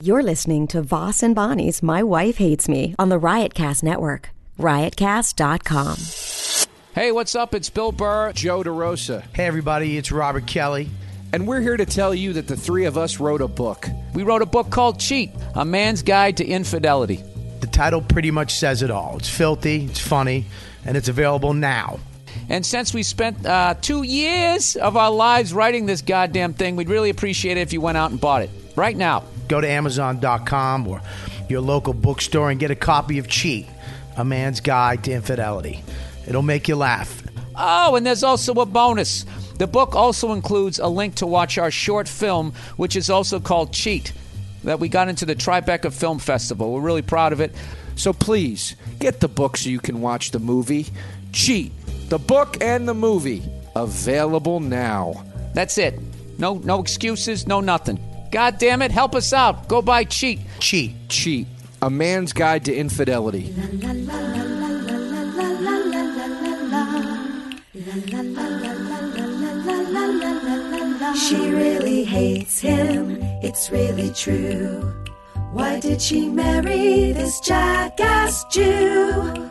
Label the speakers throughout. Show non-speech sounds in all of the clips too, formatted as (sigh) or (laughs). Speaker 1: You're listening to Voss and Bonnie's My Wife Hates Me on the Riotcast Network, riotcast.com.
Speaker 2: Hey, what's up? It's Bill Burr, Joe DeRosa,
Speaker 3: Hey, everybody, it's Robert Kelly.
Speaker 2: and we're here to tell you that the three of us wrote a book. We wrote a book called Cheat A Man's Guide to Infidelity.
Speaker 3: The title pretty much says it all. It's filthy, it's funny, and it's available now.
Speaker 2: And since we spent uh, two years of our lives writing this goddamn thing, we'd really appreciate it if you went out and bought it right now.
Speaker 3: Go to Amazon.com or your local bookstore and get a copy of Cheat, A Man's Guide to Infidelity. It'll make you laugh.
Speaker 2: Oh, and there's also a bonus. The book also includes a link to watch our short film, which is also called Cheat, that we got into the Tribeca Film Festival. We're really proud of it. So please get the book so you can watch the movie. Cheat, the book and the movie available now. That's it. No, no excuses. No nothing. God damn it! Help us out. Go buy Cheat.
Speaker 3: Cheat.
Speaker 2: Cheat, a man's guide to infidelity.
Speaker 4: She really hates him, it's really true. Why did she marry this jackass Jew?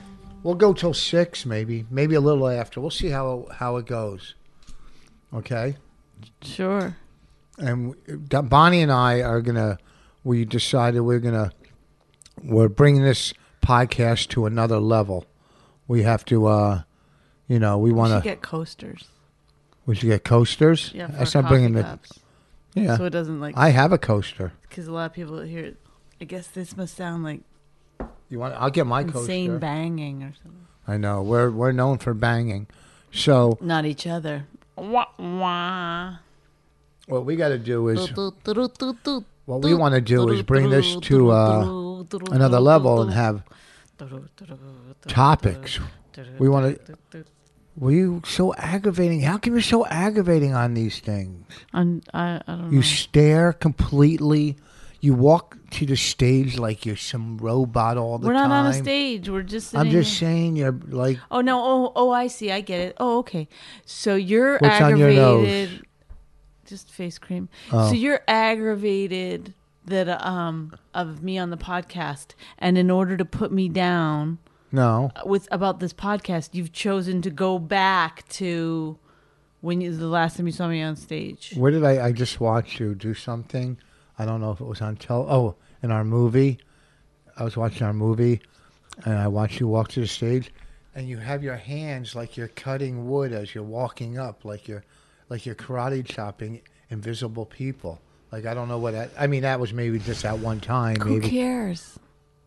Speaker 5: We'll go till six, maybe, maybe a little after. We'll see how how it goes. Okay,
Speaker 6: Sure.
Speaker 5: and uh, Bonnie and I are gonna. We decided we're gonna we're bringing this podcast to another level. We have to, uh you know, we
Speaker 6: We
Speaker 5: want
Speaker 6: should
Speaker 5: to.
Speaker 6: get coasters.
Speaker 5: We should get coasters.
Speaker 6: Yeah,
Speaker 5: I
Speaker 6: for
Speaker 5: said
Speaker 6: coffee
Speaker 5: bringing the.
Speaker 6: cups.
Speaker 5: Yeah,
Speaker 6: So it doesn't like
Speaker 5: I have a coaster.
Speaker 6: because a lot of people hear. it, I guess this must sound like
Speaker 5: You want? I'll get my
Speaker 6: insane
Speaker 5: coaster.
Speaker 6: banging or something.
Speaker 5: I know we're we're known for banging, so
Speaker 6: Not each other. Wah, wah.
Speaker 5: what we got to do is.
Speaker 6: What
Speaker 5: What we want to do is bring this to uh, another level and have topics. We want to. Were you so aggravating? How come you're so aggravating on these things?
Speaker 6: I'm, I, I don't
Speaker 5: You
Speaker 6: know.
Speaker 5: stare completely. You walk to the stage like you're some robot all the
Speaker 6: We're
Speaker 5: time.
Speaker 6: not on a stage. We're just. Sitting
Speaker 5: I'm just
Speaker 6: here.
Speaker 5: saying you're like
Speaker 6: Oh no! Oh oh! I see. I get it. Oh okay. So you're
Speaker 5: What's on your
Speaker 6: aggravated.
Speaker 5: nose?
Speaker 6: Just face cream.
Speaker 5: Oh.
Speaker 6: So you're aggravated that um of me on the podcast, and in order to put me down
Speaker 5: no.
Speaker 6: with about this podcast, you've chosen to go back to when you, the last time you saw me on stage.
Speaker 5: Where did I? I just watched you do something. I don't know if it was on tell. Oh, in our movie, I was watching our movie, and I watched you walk to the stage, and you have your hands like you're cutting wood as you're walking up, like you're, like you're karate chopping invisible people. Like I don't know what that. I mean, that was maybe just that one time.
Speaker 6: Who
Speaker 5: Maybe
Speaker 6: cares?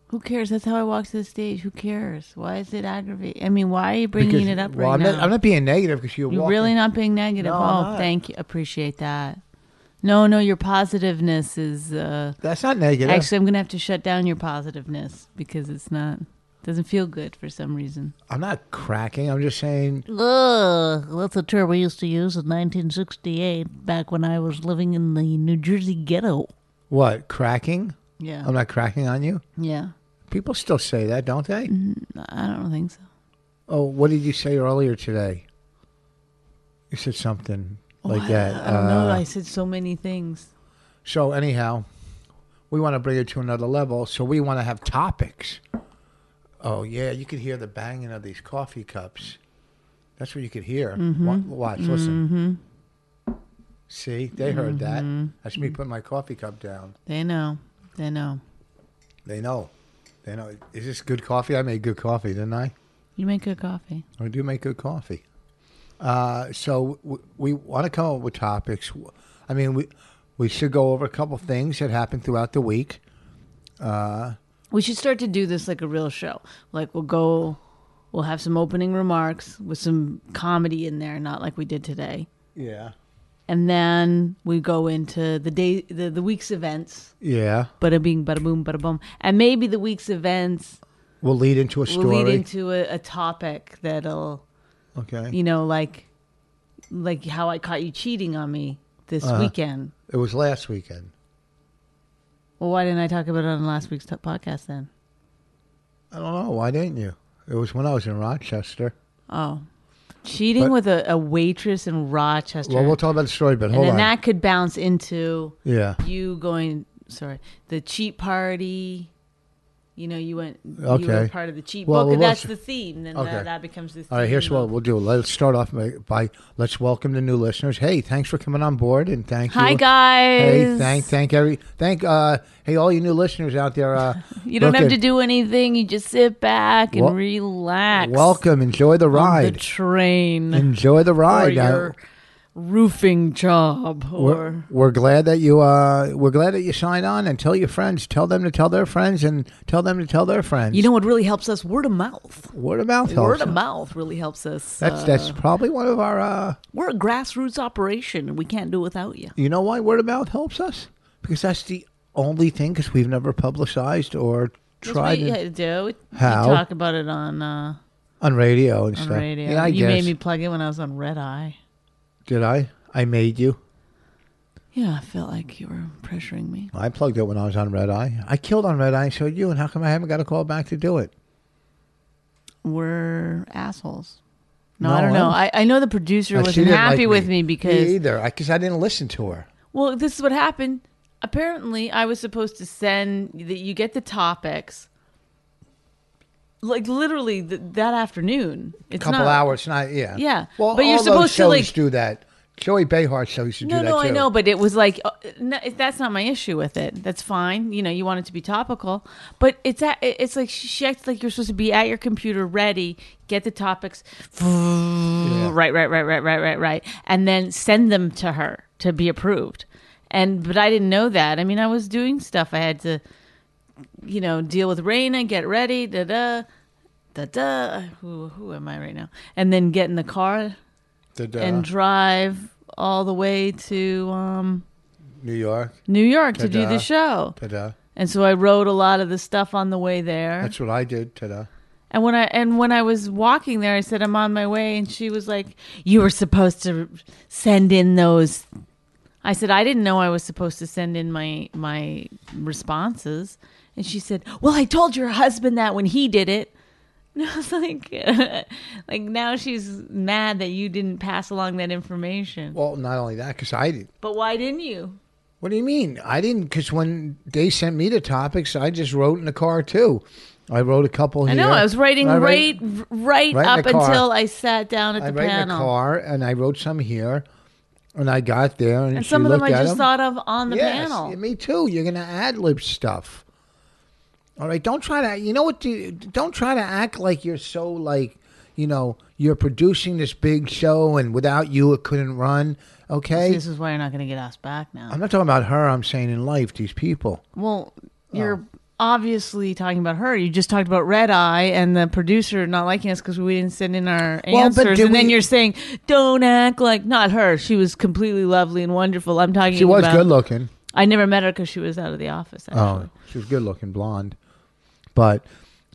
Speaker 6: Who cares? That's how I walk to the stage. Who cares? Why is it aggravating? I mean, why are you bringing
Speaker 5: Because-
Speaker 6: it up
Speaker 5: well,
Speaker 6: right
Speaker 5: I'm
Speaker 6: now?
Speaker 5: Not, I'm not being negative because you're,
Speaker 6: You're
Speaker 5: walking.
Speaker 6: really not being negative.
Speaker 5: No,
Speaker 6: oh,
Speaker 5: I'm not.
Speaker 6: thank you. Appreciate that. No, no, your positiveness is. Uh,
Speaker 5: That's not negative.
Speaker 6: Actually, I'm gonna have to shut down your positiveness because it's not doesn't feel good for some reason.
Speaker 5: I'm not cracking. I'm just saying.
Speaker 6: Ugh, that's a term we used to use in 1968, back when I was living in the New Jersey ghetto.
Speaker 5: What cracking?
Speaker 6: Yeah,
Speaker 5: I'm not cracking on you.
Speaker 6: yeah.
Speaker 5: People still say that, don't they?
Speaker 6: I don't think so.
Speaker 5: Oh, what did you say earlier today? You said something like
Speaker 6: Why-
Speaker 5: that.
Speaker 6: I don't know.
Speaker 5: Uh,
Speaker 6: I said so many things.
Speaker 5: so anyhow, we want to bring it to another level. So we want to have topics. Oh yeah, you could hear the banging of these coffee cups. That's what you could hear. Wa- watch, listen. See, they heard that. That's me putting my coffee cup down.
Speaker 6: They know. They know.
Speaker 5: They know. They know. Is this good coffee? I made good coffee, didn't I?
Speaker 6: You make good coffee.
Speaker 5: I do make good coffee. Uh, so we, we want to come up with topics. I mean, we we should go over a couple things that happened throughout the week.
Speaker 6: We should start to do this like a real show. Like we'll go, we'll have some opening remarks with some comedy in there, not like we did today.
Speaker 5: Yeah.
Speaker 6: and then we go into the day the, the week's events.
Speaker 5: Yeah.
Speaker 6: Bada bing, bada boom, bada boom, and maybe the week's events
Speaker 5: We'll lead into a story.
Speaker 6: will lead into a, a topic that'll
Speaker 5: okay.
Speaker 6: you know like like how I caught you cheating on me this
Speaker 5: Uh-huh.
Speaker 6: weekend.
Speaker 5: It was last weekend.
Speaker 6: Well, why didn't I talk about it on last week's t- podcast then?
Speaker 5: I don't know. Why didn't you? It was when I was in Rochester.
Speaker 6: Oh, cheating
Speaker 5: But-
Speaker 6: with a, a waitress in Rochester.
Speaker 5: Well, we'll talk about the story, but
Speaker 6: and
Speaker 5: hold
Speaker 6: then
Speaker 5: on.
Speaker 6: that could bounce into
Speaker 5: yeah.
Speaker 6: you going. Sorry, the cheat party. You know, you went. You were
Speaker 5: Okay.
Speaker 6: part of the cheat
Speaker 5: Well,
Speaker 6: book,
Speaker 5: well,
Speaker 6: and that's the
Speaker 5: let's-
Speaker 6: theme. Then
Speaker 5: Okay.
Speaker 6: that, that becomes the. Theme
Speaker 5: All right, here's what
Speaker 6: of-
Speaker 5: we'll do. Let's start off by, by let's welcome the new listeners. Hey, thanks for coming on board and thank you.
Speaker 6: Hi guys.
Speaker 5: Hey, thank thank every thank uh hey all you new listeners out there uh
Speaker 6: (laughs) You don't have
Speaker 5: looking-
Speaker 6: to do anything. You just sit back and
Speaker 5: Wel-
Speaker 6: relax.
Speaker 5: Welcome, enjoy the
Speaker 6: on the
Speaker 5: ride.
Speaker 6: train
Speaker 5: enjoy the
Speaker 6: or
Speaker 5: ride. Uh,
Speaker 6: your roofing job
Speaker 5: we're,
Speaker 6: or
Speaker 5: we're glad that you uh we're glad that you signed on and tell your friends, tell them to tell their friends and tell them to tell their friends.
Speaker 6: you know what really helps us word of mouth.
Speaker 5: word of mouth helps.
Speaker 6: Word of mouth really helps us.
Speaker 5: That's
Speaker 6: uh,
Speaker 5: that's probably one of our uh
Speaker 6: we're a grassroots operation, and we can't do without you.
Speaker 5: you know why word of mouth helps us? Because that's the only thing because we've never publicized or tried
Speaker 6: we
Speaker 5: to-
Speaker 6: uh, do. We
Speaker 5: How?
Speaker 6: talk about it on uh,
Speaker 5: on radio and
Speaker 6: on
Speaker 5: stuff.
Speaker 6: radio.
Speaker 5: Yeah, I
Speaker 6: you
Speaker 5: guess.
Speaker 6: made me plug it when I was on Red Eye.
Speaker 5: Did I? I made you.
Speaker 6: Yeah, I felt like you were pressuring me.
Speaker 5: I plugged it when I was on Red Eye. I killed on Red Eye. So you and how come I haven't got a call back to do it?
Speaker 6: We're assholes. No,
Speaker 5: No,
Speaker 6: I don't
Speaker 5: I
Speaker 6: know.
Speaker 5: was-
Speaker 6: I, I know the producer
Speaker 5: Uh, she
Speaker 6: wasn't
Speaker 5: didn't
Speaker 6: happy
Speaker 5: like
Speaker 6: with me because
Speaker 5: me either because I, didn't listen to her.
Speaker 6: Well, this is what happened. Apparently, I was supposed to send that you get the topics like literally th- that afternoon. It's
Speaker 5: couple
Speaker 6: not-
Speaker 5: hours, not yeah,
Speaker 6: Yeah.
Speaker 5: Well,
Speaker 6: But you're
Speaker 5: all those
Speaker 6: supposed to,
Speaker 5: shows
Speaker 6: like-
Speaker 5: do that. Joey Behar show used to
Speaker 6: No,
Speaker 5: do
Speaker 6: no,
Speaker 5: that too.
Speaker 6: I know, but it was like uh, no, it- that's not my issue with it. That's fine. You know, you want it to be topical, but it's at, it- it's like she- she acts like you're supposed to be at your computer ready, get the topics, (sniffs) right, right, right, right, right, right, right, and then send them to her to be approved. And but I didn't know that. I mean, I was doing stuff. I had to, you know, deal with Raina, get ready, da da, da da. Who who am I right now? And then get in the car
Speaker 5: Did, uh,
Speaker 6: and drive all the way to um,
Speaker 5: New York.
Speaker 6: New York to do
Speaker 5: Ta-da.
Speaker 6: the show.
Speaker 5: Ta-da.
Speaker 6: And so I wrote a lot of the stuff on the way there.
Speaker 5: That's what I did. Ta-da.
Speaker 6: and when I and when I was walking there, I said I'm on my way, and she was like, "You were supposed to send in those." I said I didn't know I was supposed to send in my my responses, and she said, "Well, I told your husband that when he did it." (laughs) And I was like, (laughs) like now she's mad that you didn't pass along that information.
Speaker 5: Well, not only that, because I did.
Speaker 6: But why didn't you?
Speaker 5: What do you mean? I didn't because when they sent me the topics, I just wrote in the car too. I wrote a couple.
Speaker 6: I know
Speaker 5: here.
Speaker 6: I was writing
Speaker 5: I write-
Speaker 6: right, right,
Speaker 5: right in the
Speaker 6: up
Speaker 5: car.
Speaker 6: until I sat down at the
Speaker 5: I wrote in the
Speaker 6: panel,
Speaker 5: car and I wrote some here, and I got there and,
Speaker 6: and
Speaker 5: she
Speaker 6: some of them I
Speaker 5: looked at
Speaker 6: just
Speaker 5: them.
Speaker 6: thought of on the
Speaker 5: yes,
Speaker 6: panel.
Speaker 5: me too. You're gonna ad lib stuff. All right, don't try to. You know what? do- Don't try to act like you're so like, you know, you're producing this big show and without you it couldn't run. Okay,
Speaker 6: This is why you're not going to get us back now.
Speaker 5: I'm not talking about her. I'm saying in life, these people.
Speaker 6: well,
Speaker 5: oh.
Speaker 6: you're obviously talking about her. You just talked about Red Eye and the producer not liking us because we didn't send in our
Speaker 5: Well, but
Speaker 6: answers,
Speaker 5: did
Speaker 6: and then
Speaker 5: we-
Speaker 6: you're saying don't act like not her. She was completely lovely and wonderful. I'm talking.
Speaker 5: She was
Speaker 6: about-
Speaker 5: good looking.
Speaker 6: I never met her because she was out of the office. Actually.
Speaker 5: Oh, she was good looking blonde. But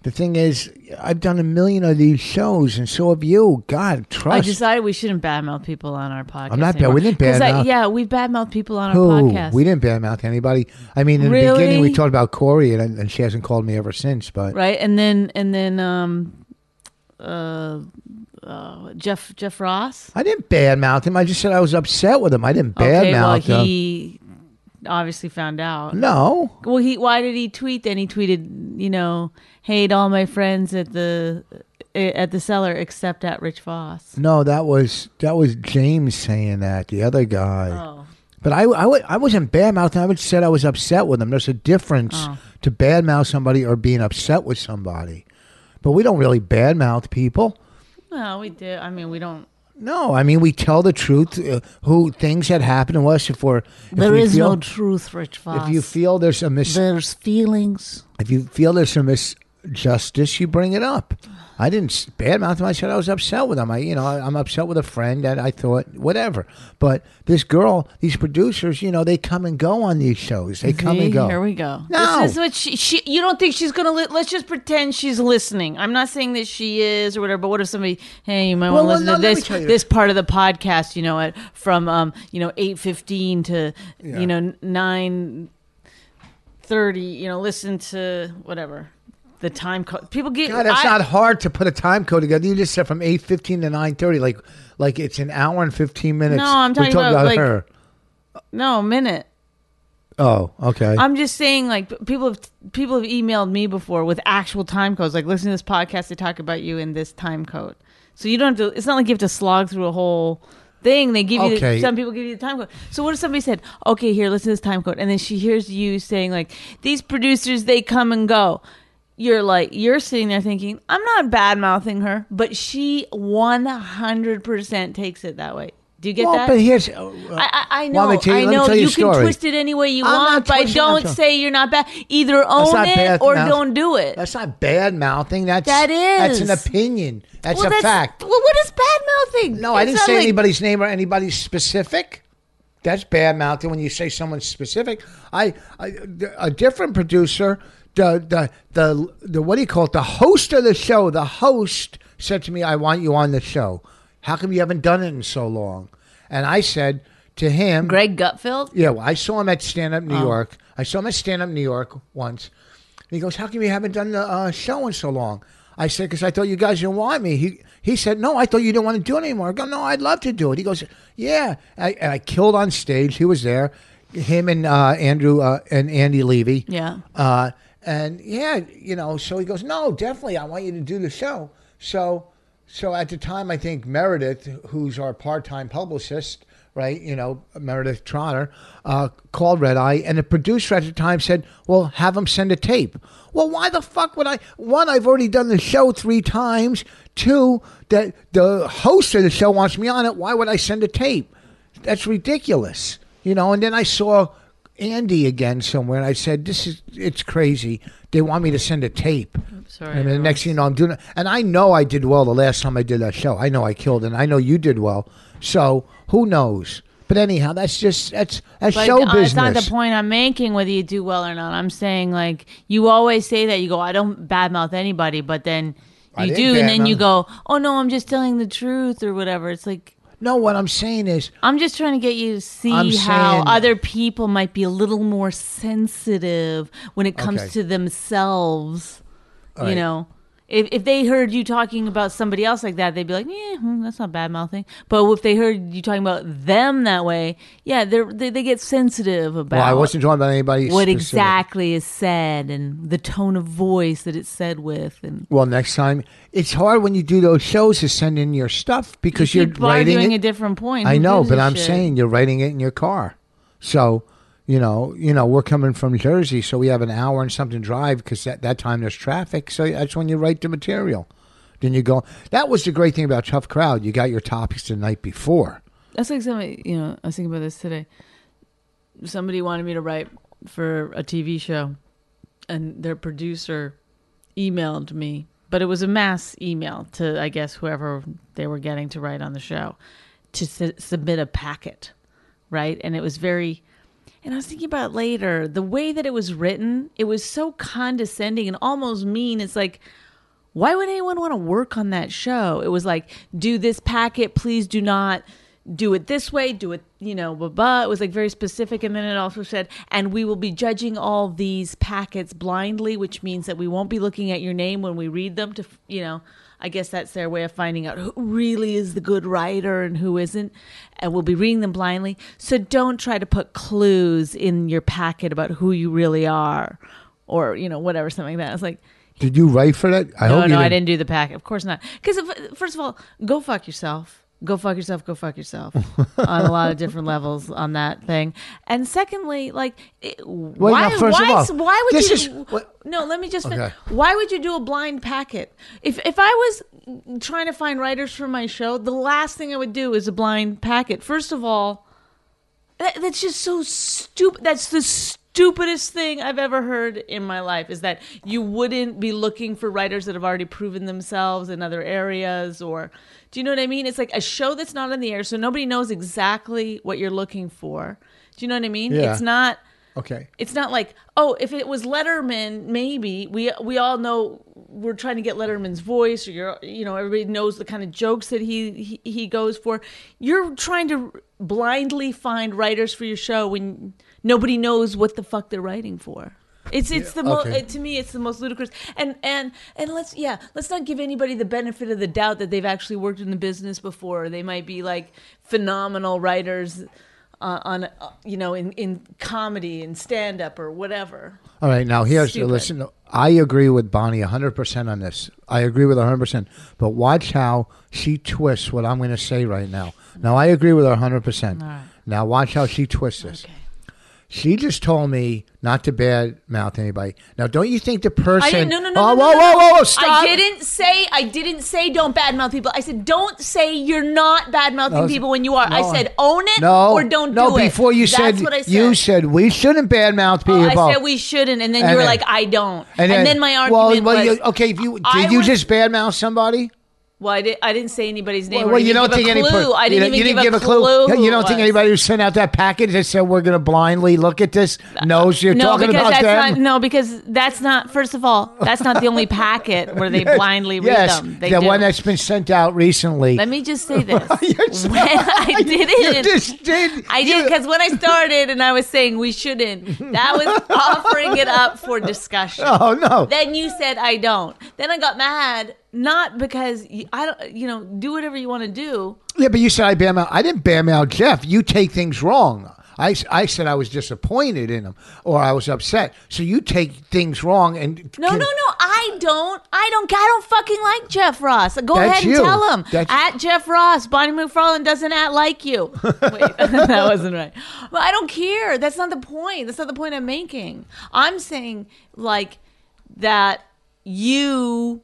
Speaker 5: the thing is, I've done a million of these shows, and so have you. God, trust.
Speaker 6: I decided we shouldn't badmouth people on our podcast.
Speaker 5: I'm not bad-
Speaker 6: anymore.
Speaker 5: we didn't
Speaker 6: 'Cause I-
Speaker 5: badmouth-
Speaker 6: Yeah, we badmouth people on our
Speaker 5: who?
Speaker 6: podcast.
Speaker 5: We didn't badmouth anybody. I mean, in the
Speaker 6: Really?
Speaker 5: beginning, we talked about Corey, and, and she hasn't called me ever since. But
Speaker 6: right? And then and then um, uh, uh, Jeff Jeff Ross.
Speaker 5: I didn't badmouth him. I just said I was upset with him. I didn't badmouth
Speaker 6: okay, well
Speaker 5: him.
Speaker 6: he obviously found out.
Speaker 5: no.
Speaker 6: Well, he why did he tweet? Then he tweeted, you know, hey to all my friends at the eh, at the cellar except at Rich Voss.
Speaker 5: No, that was that was James saying that the other guy.
Speaker 6: Oh,
Speaker 5: But I, I, would- I wasn't badmouthing. I would said I was upset with them. There's a difference
Speaker 6: Oh.
Speaker 5: to badmouth somebody or being upset with somebody. But we don't really badmouth people.
Speaker 6: well, we do. I mean, we don't.
Speaker 5: No, I mean we tell the truth. Uh, who things that happen to us if we're if
Speaker 6: There
Speaker 5: we
Speaker 6: is
Speaker 5: feel,
Speaker 6: no truth, Rich Voss.
Speaker 5: If you feel there's a mis,
Speaker 6: there's feelings.
Speaker 5: if you feel there's a misjustice, you bring it up. I didn't s- badmouth him. I said I was upset with him. I, you know, I, I'm upset with a friend that I thought whatever. But this girl, these producers, you know, they come and go on these shows. They come
Speaker 6: See,
Speaker 5: and go.
Speaker 6: Here we go.
Speaker 5: No.
Speaker 6: This is what she, she. You don't think she's gonna? Li- let's just pretend she's listening. I'm not saying that she is or whatever. But what if somebody? Hey, you might
Speaker 5: Well,
Speaker 6: want to
Speaker 5: well,
Speaker 6: listen to
Speaker 5: no, let me
Speaker 6: this
Speaker 5: tell you.
Speaker 6: this part of the podcast. You know, at from um, you know, eight fifteen to you know nine thirty. You know, listen to whatever the time. Co- people get.
Speaker 5: God, that's
Speaker 6: I-
Speaker 5: not hard to put a time code together. You just said from eight fifteen to nine thirty, like like it's an hour and fifteen minutes.
Speaker 6: No, I'm
Speaker 5: we
Speaker 6: talking
Speaker 5: talked
Speaker 6: about,
Speaker 5: about
Speaker 6: like-
Speaker 5: her.
Speaker 6: No, a minute.
Speaker 5: Oh, okay.
Speaker 6: I'm just saying, like p- people have people have emailed me before with actual time codes. Like, listen to this podcast; they talk about you in this time code, so you don't have to. It's not like you have to slog through a whole thing. They give you the,
Speaker 5: Okay.
Speaker 6: some people give you the time code. So what if somebody said, "Okay, here, listen to this time code," and then she hears you saying, "Like these producers, they come and go." You're like you're sitting there thinking, "I'm not bad mouthing her," but she 100 percent takes it that way. Do you get
Speaker 5: well,
Speaker 6: that?
Speaker 5: but here's.
Speaker 6: I, I I know.
Speaker 5: Well, let me tell you-
Speaker 6: I
Speaker 5: let me
Speaker 6: know
Speaker 5: tell you a
Speaker 6: can
Speaker 5: story.
Speaker 6: twist it any way you
Speaker 5: I'm
Speaker 6: want,
Speaker 5: not
Speaker 6: but
Speaker 5: twisting
Speaker 6: don't
Speaker 5: it.
Speaker 6: say you're not bad. Either own
Speaker 5: not
Speaker 6: it
Speaker 5: bad
Speaker 6: or
Speaker 5: mouth.
Speaker 6: don't do it.
Speaker 5: that's not bad mouthing. That's
Speaker 6: That is.
Speaker 5: That's an opinion. That's
Speaker 6: well,
Speaker 5: a fact.
Speaker 6: Well, what is bad mouthing?
Speaker 5: No, I
Speaker 6: It's
Speaker 5: didn't
Speaker 6: not
Speaker 5: say
Speaker 6: like-
Speaker 5: anybody's name or anybody specific. That's bad mouthing when you say someone specific. I, I a different producer, the the the the what do you call it? The host of the show, the host said to me, "I want you on the show. How come you haven't done it in so long?" And I said to him,
Speaker 6: Greg Gutfeld.
Speaker 5: yeah, well, I saw him at Stand Up New York. I saw him at Stand Up New York once. And he goes, "How come you haven't done the uh, show in so long?" I said, "Because I thought you guys didn't want me." He he said, "No, I thought you didn't want to do it anymore." I go, "No, I'd love to do it." He goes, "Yeah," I, and I killed on stage. He was there, him and uh, Andrew uh, and Andy Levy.
Speaker 6: Yeah.
Speaker 5: Uh, and yeah, you know, so he goes, no, definitely, I want you to do the show. So, so at the time, I think Meredith, who's our part-time publicist, right? You know, Meredith Trotter, uh, called Red Eye, and the producer at the time said, well, have him send a tape. Well, why the fuck would I? One, I've already done the show three times. Two, that the host of the show wants me on it. Why would I send a tape? That's ridiculous, you know. And then I saw Andy again somewhere, and I said, "This is it's crazy. They want me to send a tape."
Speaker 6: sorry,
Speaker 5: And
Speaker 6: I
Speaker 5: the next thing you know, I'm doing it, and I know I did well the last time I did that show. I know I killed, and I know you did well. So who knows? But anyhow, that's just that's that's
Speaker 6: But
Speaker 5: show
Speaker 6: uh,
Speaker 5: business.
Speaker 6: it's not the point I'm making whether you do well or not. I'm saying like you always say that you go, I don't badmouth anybody, but then
Speaker 5: I
Speaker 6: you
Speaker 5: didn't
Speaker 6: do, and then you
Speaker 5: badmouth.
Speaker 6: go, oh no, I'm just telling the truth or whatever. It's like
Speaker 5: No, what I'm saying is,
Speaker 6: I'm just trying to get you to see
Speaker 5: I'm
Speaker 6: how
Speaker 5: saying-
Speaker 6: other people might be a little more sensitive when it comes
Speaker 5: Okay.
Speaker 6: to themselves. you
Speaker 5: right.
Speaker 6: know, if if they heard you talking about somebody else like that, they'd be like, "Yeah, hmm, that's not bad mouthing." But if they heard you talking about them that way, yeah, they're, they they get sensitive about.
Speaker 5: well, I wasn't talking about anybody.
Speaker 6: what
Speaker 5: specific.
Speaker 6: exactly is said and the tone of voice that it's said with and
Speaker 5: Well, next time it's hard when you do those shows to send in your stuff because
Speaker 6: you
Speaker 5: are
Speaker 6: keep
Speaker 5: writing
Speaker 6: arguing
Speaker 5: it.
Speaker 6: a different point.
Speaker 5: I
Speaker 6: Who
Speaker 5: know,
Speaker 6: gives
Speaker 5: but
Speaker 6: a
Speaker 5: I'm
Speaker 6: shit?
Speaker 5: saying you're writing it in your car. So, you know, you know, we're coming from Jersey, so we have an hour and something drive because at that time there's traffic. So that's when you write the material. Then you go. That was the great thing about Tough Crowd. You got your topics the night before.
Speaker 6: That's like somebody, you know, I was thinking about this today. Somebody wanted me to write for a TV show, and their producer emailed me, but it was a mass email to, I guess, whoever they were getting to write on the show to su- submit a packet, right? And it was very. And I was thinking about it later the way that it was written, it was so condescending and almost mean. It's like, why would anyone want to work on that show? It was like, do this packet, please do not do it this way, do it, you know, blah, blah. It was like very specific. And then it also said, and we will be judging all these packets blindly, which means that we won't be looking at your name when we read them to, f- you know, I guess that's their way of finding out who really is the good writer and who isn't. And we'll be reading them blindly. So don't try to put clues in your packet about who you really are or, you know, whatever, something like that. It's like,
Speaker 5: Did you write for that? I
Speaker 6: no,
Speaker 5: hope you
Speaker 6: no, I
Speaker 5: didn't.
Speaker 6: didn't do the pack. Of course not. Because first of all, go fuck yourself. Go fuck yourself. Go fuck
Speaker 5: (laughs)
Speaker 6: yourself on a lot of different levels on that thing. And secondly, like it, why?
Speaker 5: now, first of
Speaker 6: why?
Speaker 5: all,
Speaker 6: why would
Speaker 5: this
Speaker 6: you?
Speaker 5: is what-
Speaker 6: no, let me just. fin-
Speaker 5: Okay.
Speaker 6: Why would you do a blind packet? If if I was trying to find writers for my show, the last thing I would do is a blind packet. First of all, that, that's just so stupid. That's the stupidest stupidest thing I've ever heard in my life is that you wouldn't be looking for writers that have already proven themselves in other areas or do you know what I mean? It's like a show that's not on the air, so nobody knows exactly what you're looking for. Do you know what I mean?
Speaker 5: Yeah.
Speaker 6: It's not
Speaker 5: Okay.
Speaker 6: it's not like oh if it was letterman maybe we we all know we're trying to get letterman's voice or you're you know everybody knows the kind of jokes that he he, he goes for you're trying to blindly find writers for your show when nobody knows what the fuck they're writing for it's it's the most
Speaker 5: okay.
Speaker 6: to me it's the most ludicrous and and and let's yeah let's not give anybody the benefit of the doubt that they've actually worked in the business before they might be like phenomenal writers uh, on uh, you know in in comedy and stand up or whatever
Speaker 5: All right, now here's
Speaker 6: Stupid.
Speaker 5: listen. I agree with Bonnie 100% on this. I agree with her 100%. But watch how she twists what I'm going to say right now. Now, I agree with her 100%. Now, watch how she twists this. She just told me not to bad mouth anybody. Now, don't you think the person.
Speaker 6: I didn't. No, no, no.
Speaker 5: Oh,
Speaker 6: no, no,
Speaker 5: whoa,
Speaker 6: no,
Speaker 5: whoa,
Speaker 6: no.
Speaker 5: whoa, whoa, stop.
Speaker 6: I didn't say. I didn't say. Don't badmouth people. I said don't say you're not badmouthing
Speaker 5: No,
Speaker 6: people when you are. I
Speaker 5: no,
Speaker 6: said own it
Speaker 5: No.
Speaker 6: or don't
Speaker 5: no,
Speaker 6: do it.
Speaker 5: before you
Speaker 6: That's
Speaker 5: said,
Speaker 6: what I said.
Speaker 5: you said we shouldn't bad mouth people.
Speaker 6: Oh, I said we shouldn't, and then
Speaker 5: And
Speaker 6: you were
Speaker 5: then-
Speaker 6: like, I don't. And then, my
Speaker 5: well,
Speaker 6: argument
Speaker 5: well,
Speaker 6: was,
Speaker 5: you- okay, if you, did
Speaker 6: I
Speaker 5: you
Speaker 6: would-
Speaker 5: just bad mouth somebody?
Speaker 6: well, I, did, I didn't say anybody's name.
Speaker 5: Well,
Speaker 6: or
Speaker 5: well, you
Speaker 6: even
Speaker 5: don't
Speaker 6: give
Speaker 5: think
Speaker 6: a
Speaker 5: any
Speaker 6: clue.
Speaker 5: per-
Speaker 6: I
Speaker 5: you
Speaker 6: didn't
Speaker 5: don't-
Speaker 6: even
Speaker 5: you
Speaker 6: give, a clue. who
Speaker 5: You don't
Speaker 6: it
Speaker 5: think
Speaker 6: was.
Speaker 5: anybody who sent out that package that said we're going to blindly look at this knows you're
Speaker 6: No,
Speaker 5: talking
Speaker 6: because
Speaker 5: about
Speaker 6: that's
Speaker 5: them.
Speaker 6: not. No, because that's not. First of all, that's not the
Speaker 5: (laughs)
Speaker 6: only packet where they blindly read
Speaker 5: yes,
Speaker 6: them. They
Speaker 5: the
Speaker 6: do.
Speaker 5: one that's been sent out recently. (laughs)
Speaker 6: Let me just say this.
Speaker 5: You're so-
Speaker 6: (laughs) When I
Speaker 5: (laughs) you
Speaker 6: didn't.
Speaker 5: just did.
Speaker 6: I did because when I started and I was saying we shouldn't, that
Speaker 5: (laughs)
Speaker 6: was offering it up for discussion.
Speaker 5: Oh no.
Speaker 6: Then you said I don't. Then I got mad, not because you, I don't, you know, do whatever you want to do.
Speaker 5: yeah, but you said I bam out. I didn't bam out Jeff. You take things wrong. I, s- I said I was disappointed in him or I was upset. So you take things wrong and
Speaker 6: No, no, no, I don't. I don't. I don't fucking like Jeff Ross. Go
Speaker 5: That's
Speaker 6: ahead and
Speaker 5: you.
Speaker 6: tell him
Speaker 5: That's-
Speaker 6: at Jeff Ross, Bonnie McFarlane doesn't act like
Speaker 5: (laughs)
Speaker 6: you. Wait, (laughs) that wasn't right. Well, I don't care. That's not the point. That's not the point I'm making. I'm saying like that you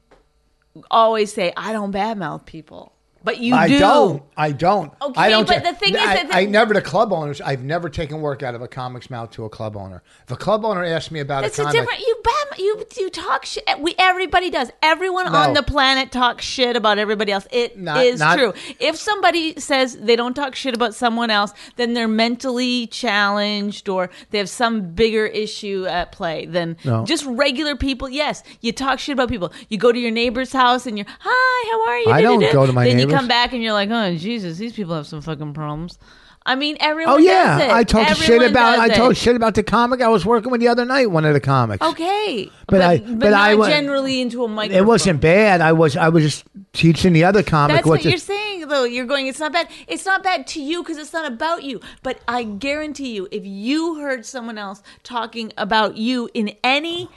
Speaker 6: always say I don't badmouth people, but you
Speaker 5: I
Speaker 6: do.
Speaker 5: not I don't.
Speaker 6: Okay,
Speaker 5: I don't
Speaker 6: but
Speaker 5: ta-
Speaker 6: the thing is
Speaker 5: I,
Speaker 6: that the-
Speaker 5: I never the club owners. I've never taken work out of a comic's mouth to a club owner. If a club owner asked me about
Speaker 6: That's
Speaker 5: a
Speaker 6: a
Speaker 5: comic,
Speaker 6: different. You bam. You you talk shit. We everybody does. Everyone
Speaker 5: No.
Speaker 6: on the planet talks shit about everybody else. It is
Speaker 5: Not- not-
Speaker 6: true. If somebody says they don't talk shit about someone else, then they're mentally challenged or they have some bigger issue at play than
Speaker 5: No.
Speaker 6: just regular people. Yes, you talk shit about people. You go to your neighbor's house and you're hi, how are you?
Speaker 5: I don't
Speaker 6: Da-da-da.
Speaker 5: go to my
Speaker 6: Then you
Speaker 5: neighbor's.
Speaker 6: come back and you're like, oh Jesus, these people have some fucking problems. I mean, everyone.
Speaker 5: Oh yeah,
Speaker 6: does it.
Speaker 5: I talked shit
Speaker 6: Everyone
Speaker 5: about. I
Speaker 6: does
Speaker 5: told
Speaker 6: it.
Speaker 5: shit about the comic I was working with the other night. One of the comics.
Speaker 6: Okay,
Speaker 5: But I-
Speaker 6: but,
Speaker 5: but
Speaker 6: not
Speaker 5: I wa-
Speaker 6: generally into a microphone.
Speaker 5: It wasn't bad. I was I was just teaching the other comic
Speaker 6: That's
Speaker 5: what
Speaker 6: what
Speaker 5: to-
Speaker 6: you're saying, though. You're going. It's not bad. It's not bad to you because it's not about you. But I guarantee you, if you heard someone else talking about you in any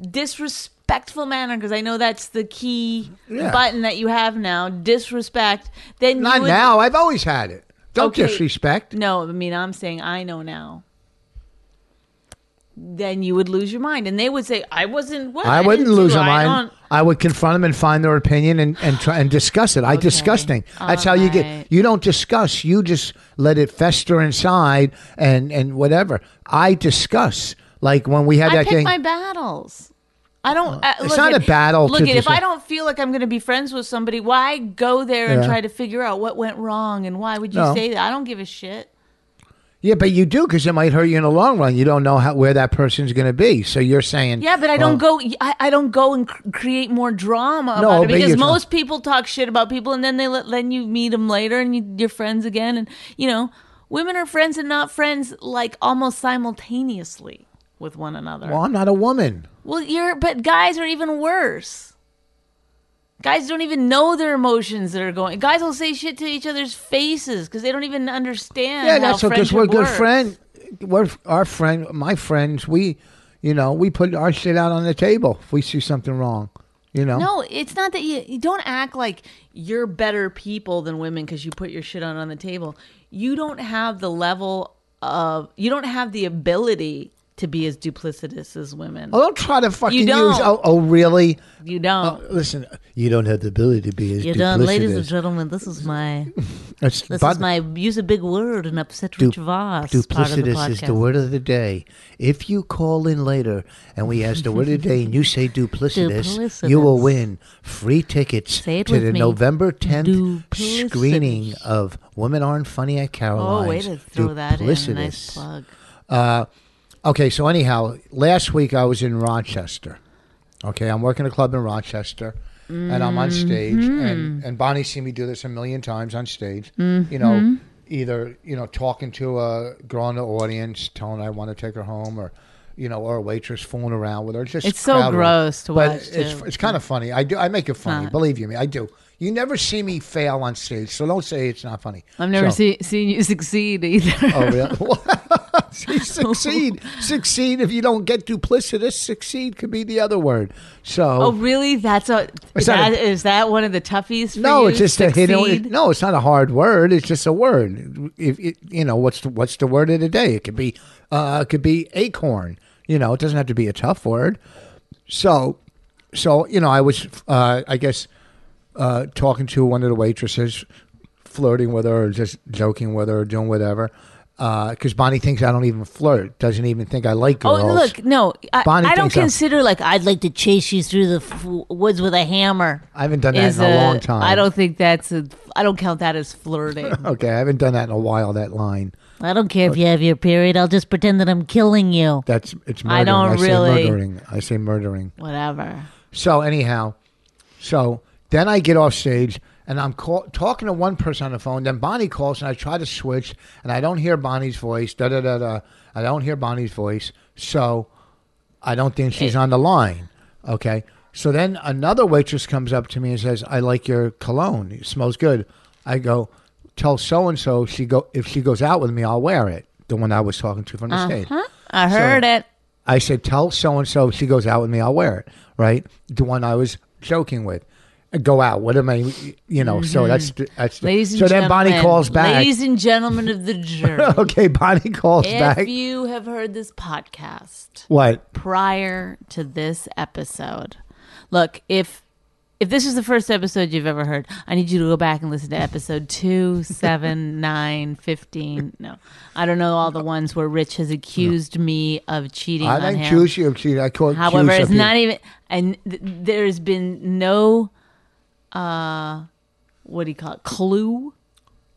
Speaker 6: disrespectful manner, because I know that's the key
Speaker 5: Yeah.
Speaker 6: button that you have now, disrespect. Then
Speaker 5: Not
Speaker 6: you would-
Speaker 5: now. I've always had it. Don't
Speaker 6: Okay.
Speaker 5: disrespect.
Speaker 6: No, I mean I'm saying I know now. Then you would lose your mind, and they would say, "I wasn't." What
Speaker 5: I wouldn't
Speaker 6: didn't do,
Speaker 5: lose my
Speaker 6: I
Speaker 5: mind.
Speaker 6: don't-
Speaker 5: I would confront them and find their opinion and and try and discuss it. I discuss things. That's how you
Speaker 6: Alright.
Speaker 5: get. You don't discuss. You just let it fester inside and and whatever. I discuss. Like when we had
Speaker 6: I
Speaker 5: that
Speaker 6: pick
Speaker 5: thing.
Speaker 6: my battles. I don't. Uh,
Speaker 5: it's
Speaker 6: look
Speaker 5: not
Speaker 6: at-
Speaker 5: a battle
Speaker 6: Look,
Speaker 5: to
Speaker 6: at, if
Speaker 5: decide-
Speaker 6: I don't feel like I'm going to be friends with somebody, why go there and
Speaker 5: Yeah.
Speaker 6: try to figure out what went wrong and why would you
Speaker 5: No.
Speaker 6: say that? I don't give a shit.
Speaker 5: yeah, but you do because it might hurt you in the long run. You don't know how, where that person's going to be. So you're saying. "Oh,
Speaker 6: Yeah, but I
Speaker 5: well-
Speaker 6: don't go. I, I don't go and cr- create more drama
Speaker 5: No,
Speaker 6: about it
Speaker 5: but
Speaker 6: because
Speaker 5: you're try-
Speaker 6: most people talk shit about people, and then they let then you meet them later, and you, you're friends again, and you know, women are friends and not friends like almost simultaneously with one another.
Speaker 5: Well, I'm not a woman.
Speaker 6: Well, you're but guys are even worse. Guys don't even know their emotions that are going. Guys will say shit to each other's faces because they don't even understand.
Speaker 5: Yeah,
Speaker 6: how
Speaker 5: that's because
Speaker 6: friendship
Speaker 5: we're good
Speaker 6: works.
Speaker 5: friend. We're our friend, my friends. We, you know, we put our shit out on the table if we see something wrong. You know,
Speaker 6: No, it's not that you, you don't act like you're better people than women because you put your shit on on the table. You don't have the level of you don't have the ability to be as duplicitous as women.
Speaker 5: Oh, don't try to fucking use.
Speaker 6: don't.
Speaker 5: Oh, oh, really?
Speaker 6: you don't.
Speaker 5: Listen, you don't have the ability to be as
Speaker 6: you don't, ladies and
Speaker 5: Uh, duplicitous.
Speaker 6: gentlemen. This is my
Speaker 5: It's
Speaker 7: This
Speaker 5: but-
Speaker 7: is my use a big word and upset Rich Voss. part of the
Speaker 5: Duplicitous
Speaker 7: podcast.
Speaker 5: is the word of the day. If you call in later and we ask the word of the day and you say duplicitous, you will
Speaker 7: Duplicitous.
Speaker 5: win free tickets
Speaker 7: Say it
Speaker 5: to
Speaker 7: with
Speaker 5: the
Speaker 7: me.
Speaker 5: November 10th
Speaker 7: Duplicitous.
Speaker 5: screening of Women Aren't Funny
Speaker 7: Oh,
Speaker 5: at Caroline's.
Speaker 7: way to throw that in. Nice
Speaker 5: Duplicitous.
Speaker 7: plug.
Speaker 5: Okay, so anyhow, last week I was in Rochester. Okay, I'm working a club in Rochester, and I'm on stage, and
Speaker 6: Mm-hmm.
Speaker 5: and Bonnie's seen me do this a million times on stage. You know, either you know talking to a girl in the audience, telling her I want to take her home, or you know, or a waitress fooling around with her. Just
Speaker 6: It's so
Speaker 5: crowd work.
Speaker 6: gross to
Speaker 5: but
Speaker 6: watch,
Speaker 5: It's,
Speaker 6: too.
Speaker 5: it's kind of funny. I do. I make it funny.
Speaker 6: not.
Speaker 5: Believe you me, I do. You never see me fail on stage, so don't say it's not funny.
Speaker 6: I've never
Speaker 5: So-
Speaker 6: see, seen you succeed either.
Speaker 7: (laughs)
Speaker 5: Oh, really? See, succeed. succeed. If you don't get duplicitous, succeed could be the other word.
Speaker 6: Oh,
Speaker 5: So,
Speaker 6: really? That's a
Speaker 5: It's
Speaker 6: is
Speaker 5: not
Speaker 6: that,
Speaker 5: a-
Speaker 6: is that one of the toughies? For
Speaker 5: no,
Speaker 6: you?
Speaker 5: it's just
Speaker 6: Succeed?
Speaker 5: a you know, it- no. It's not a hard word. It's just a word. If it, you know what's the, what's the word of the day? It could be uh, it could be acorn. You know, it doesn't have to be a tough word. So, so you know, I was uh, I guess uh, talking to one of the waitresses, flirting with her, or just joking with her, or doing whatever. Because Bonnie thinks I don't even flirt, doesn't even think I like
Speaker 7: Oh,
Speaker 5: girls.
Speaker 7: look, no, I,
Speaker 5: Bonnie
Speaker 7: I don't
Speaker 5: thinks I'm-
Speaker 7: consider like I'd like to chase you through the f- woods with a hammer.
Speaker 5: I haven't done that
Speaker 6: Is
Speaker 5: in a, long time.
Speaker 6: I don't think that's a. I don't count that as
Speaker 5: (laughs)
Speaker 6: flirting.
Speaker 5: Okay, I haven't done that in a while. That line.
Speaker 7: I don't care if you have your period. I'll just pretend that I'm killing you.
Speaker 5: That's it's murdering.
Speaker 6: I don't
Speaker 5: say
Speaker 6: really-
Speaker 5: murdering. I say murdering.
Speaker 6: Whatever.
Speaker 5: So anyhow, so then I get off stage and I'm call, talking to one person on the phone. Then Bonnie calls and I try to switch and I don't hear Bonnie's voice. Da da da da. I don't hear Bonnie's voice. So I don't think she's
Speaker 6: Eh.
Speaker 5: on the line. Okay. So then another waitress comes up to me and says, "I like your cologne. It smells good." I go, "Tell so and so she go if she goes out with me, I'll wear it." The one I was talking to from the
Speaker 6: Uh-huh.
Speaker 5: stage.
Speaker 6: I heard it.
Speaker 5: I said, tell so and so if she goes out with me, I'll wear it. Right? The one I was joking with. Go out. What am I? You know. So that's the- that's.
Speaker 6: Mm-hmm.
Speaker 5: the-
Speaker 6: Ladies and
Speaker 5: so then
Speaker 6: gentlemen,
Speaker 5: Bonnie calls back.
Speaker 6: Ladies and gentlemen
Speaker 5: (laughs)
Speaker 6: of the jury,
Speaker 5: okay, Bonnie calls
Speaker 6: if
Speaker 5: back.
Speaker 6: you have heard this podcast,
Speaker 5: what?
Speaker 6: prior to this episode. Look, if if this is the first episode you've ever heard, I need you to go back and listen to episode 2,
Speaker 5: (laughs)
Speaker 6: 7, 9, 15. No. I don't know all the ones where Rich has accused me of cheating
Speaker 5: I
Speaker 6: on
Speaker 5: didn't
Speaker 6: him.
Speaker 5: choose you. She, I called.
Speaker 6: However,
Speaker 5: choose
Speaker 6: it's
Speaker 5: you.
Speaker 6: not e- even and th- there's been no uh what do you call it? Clue.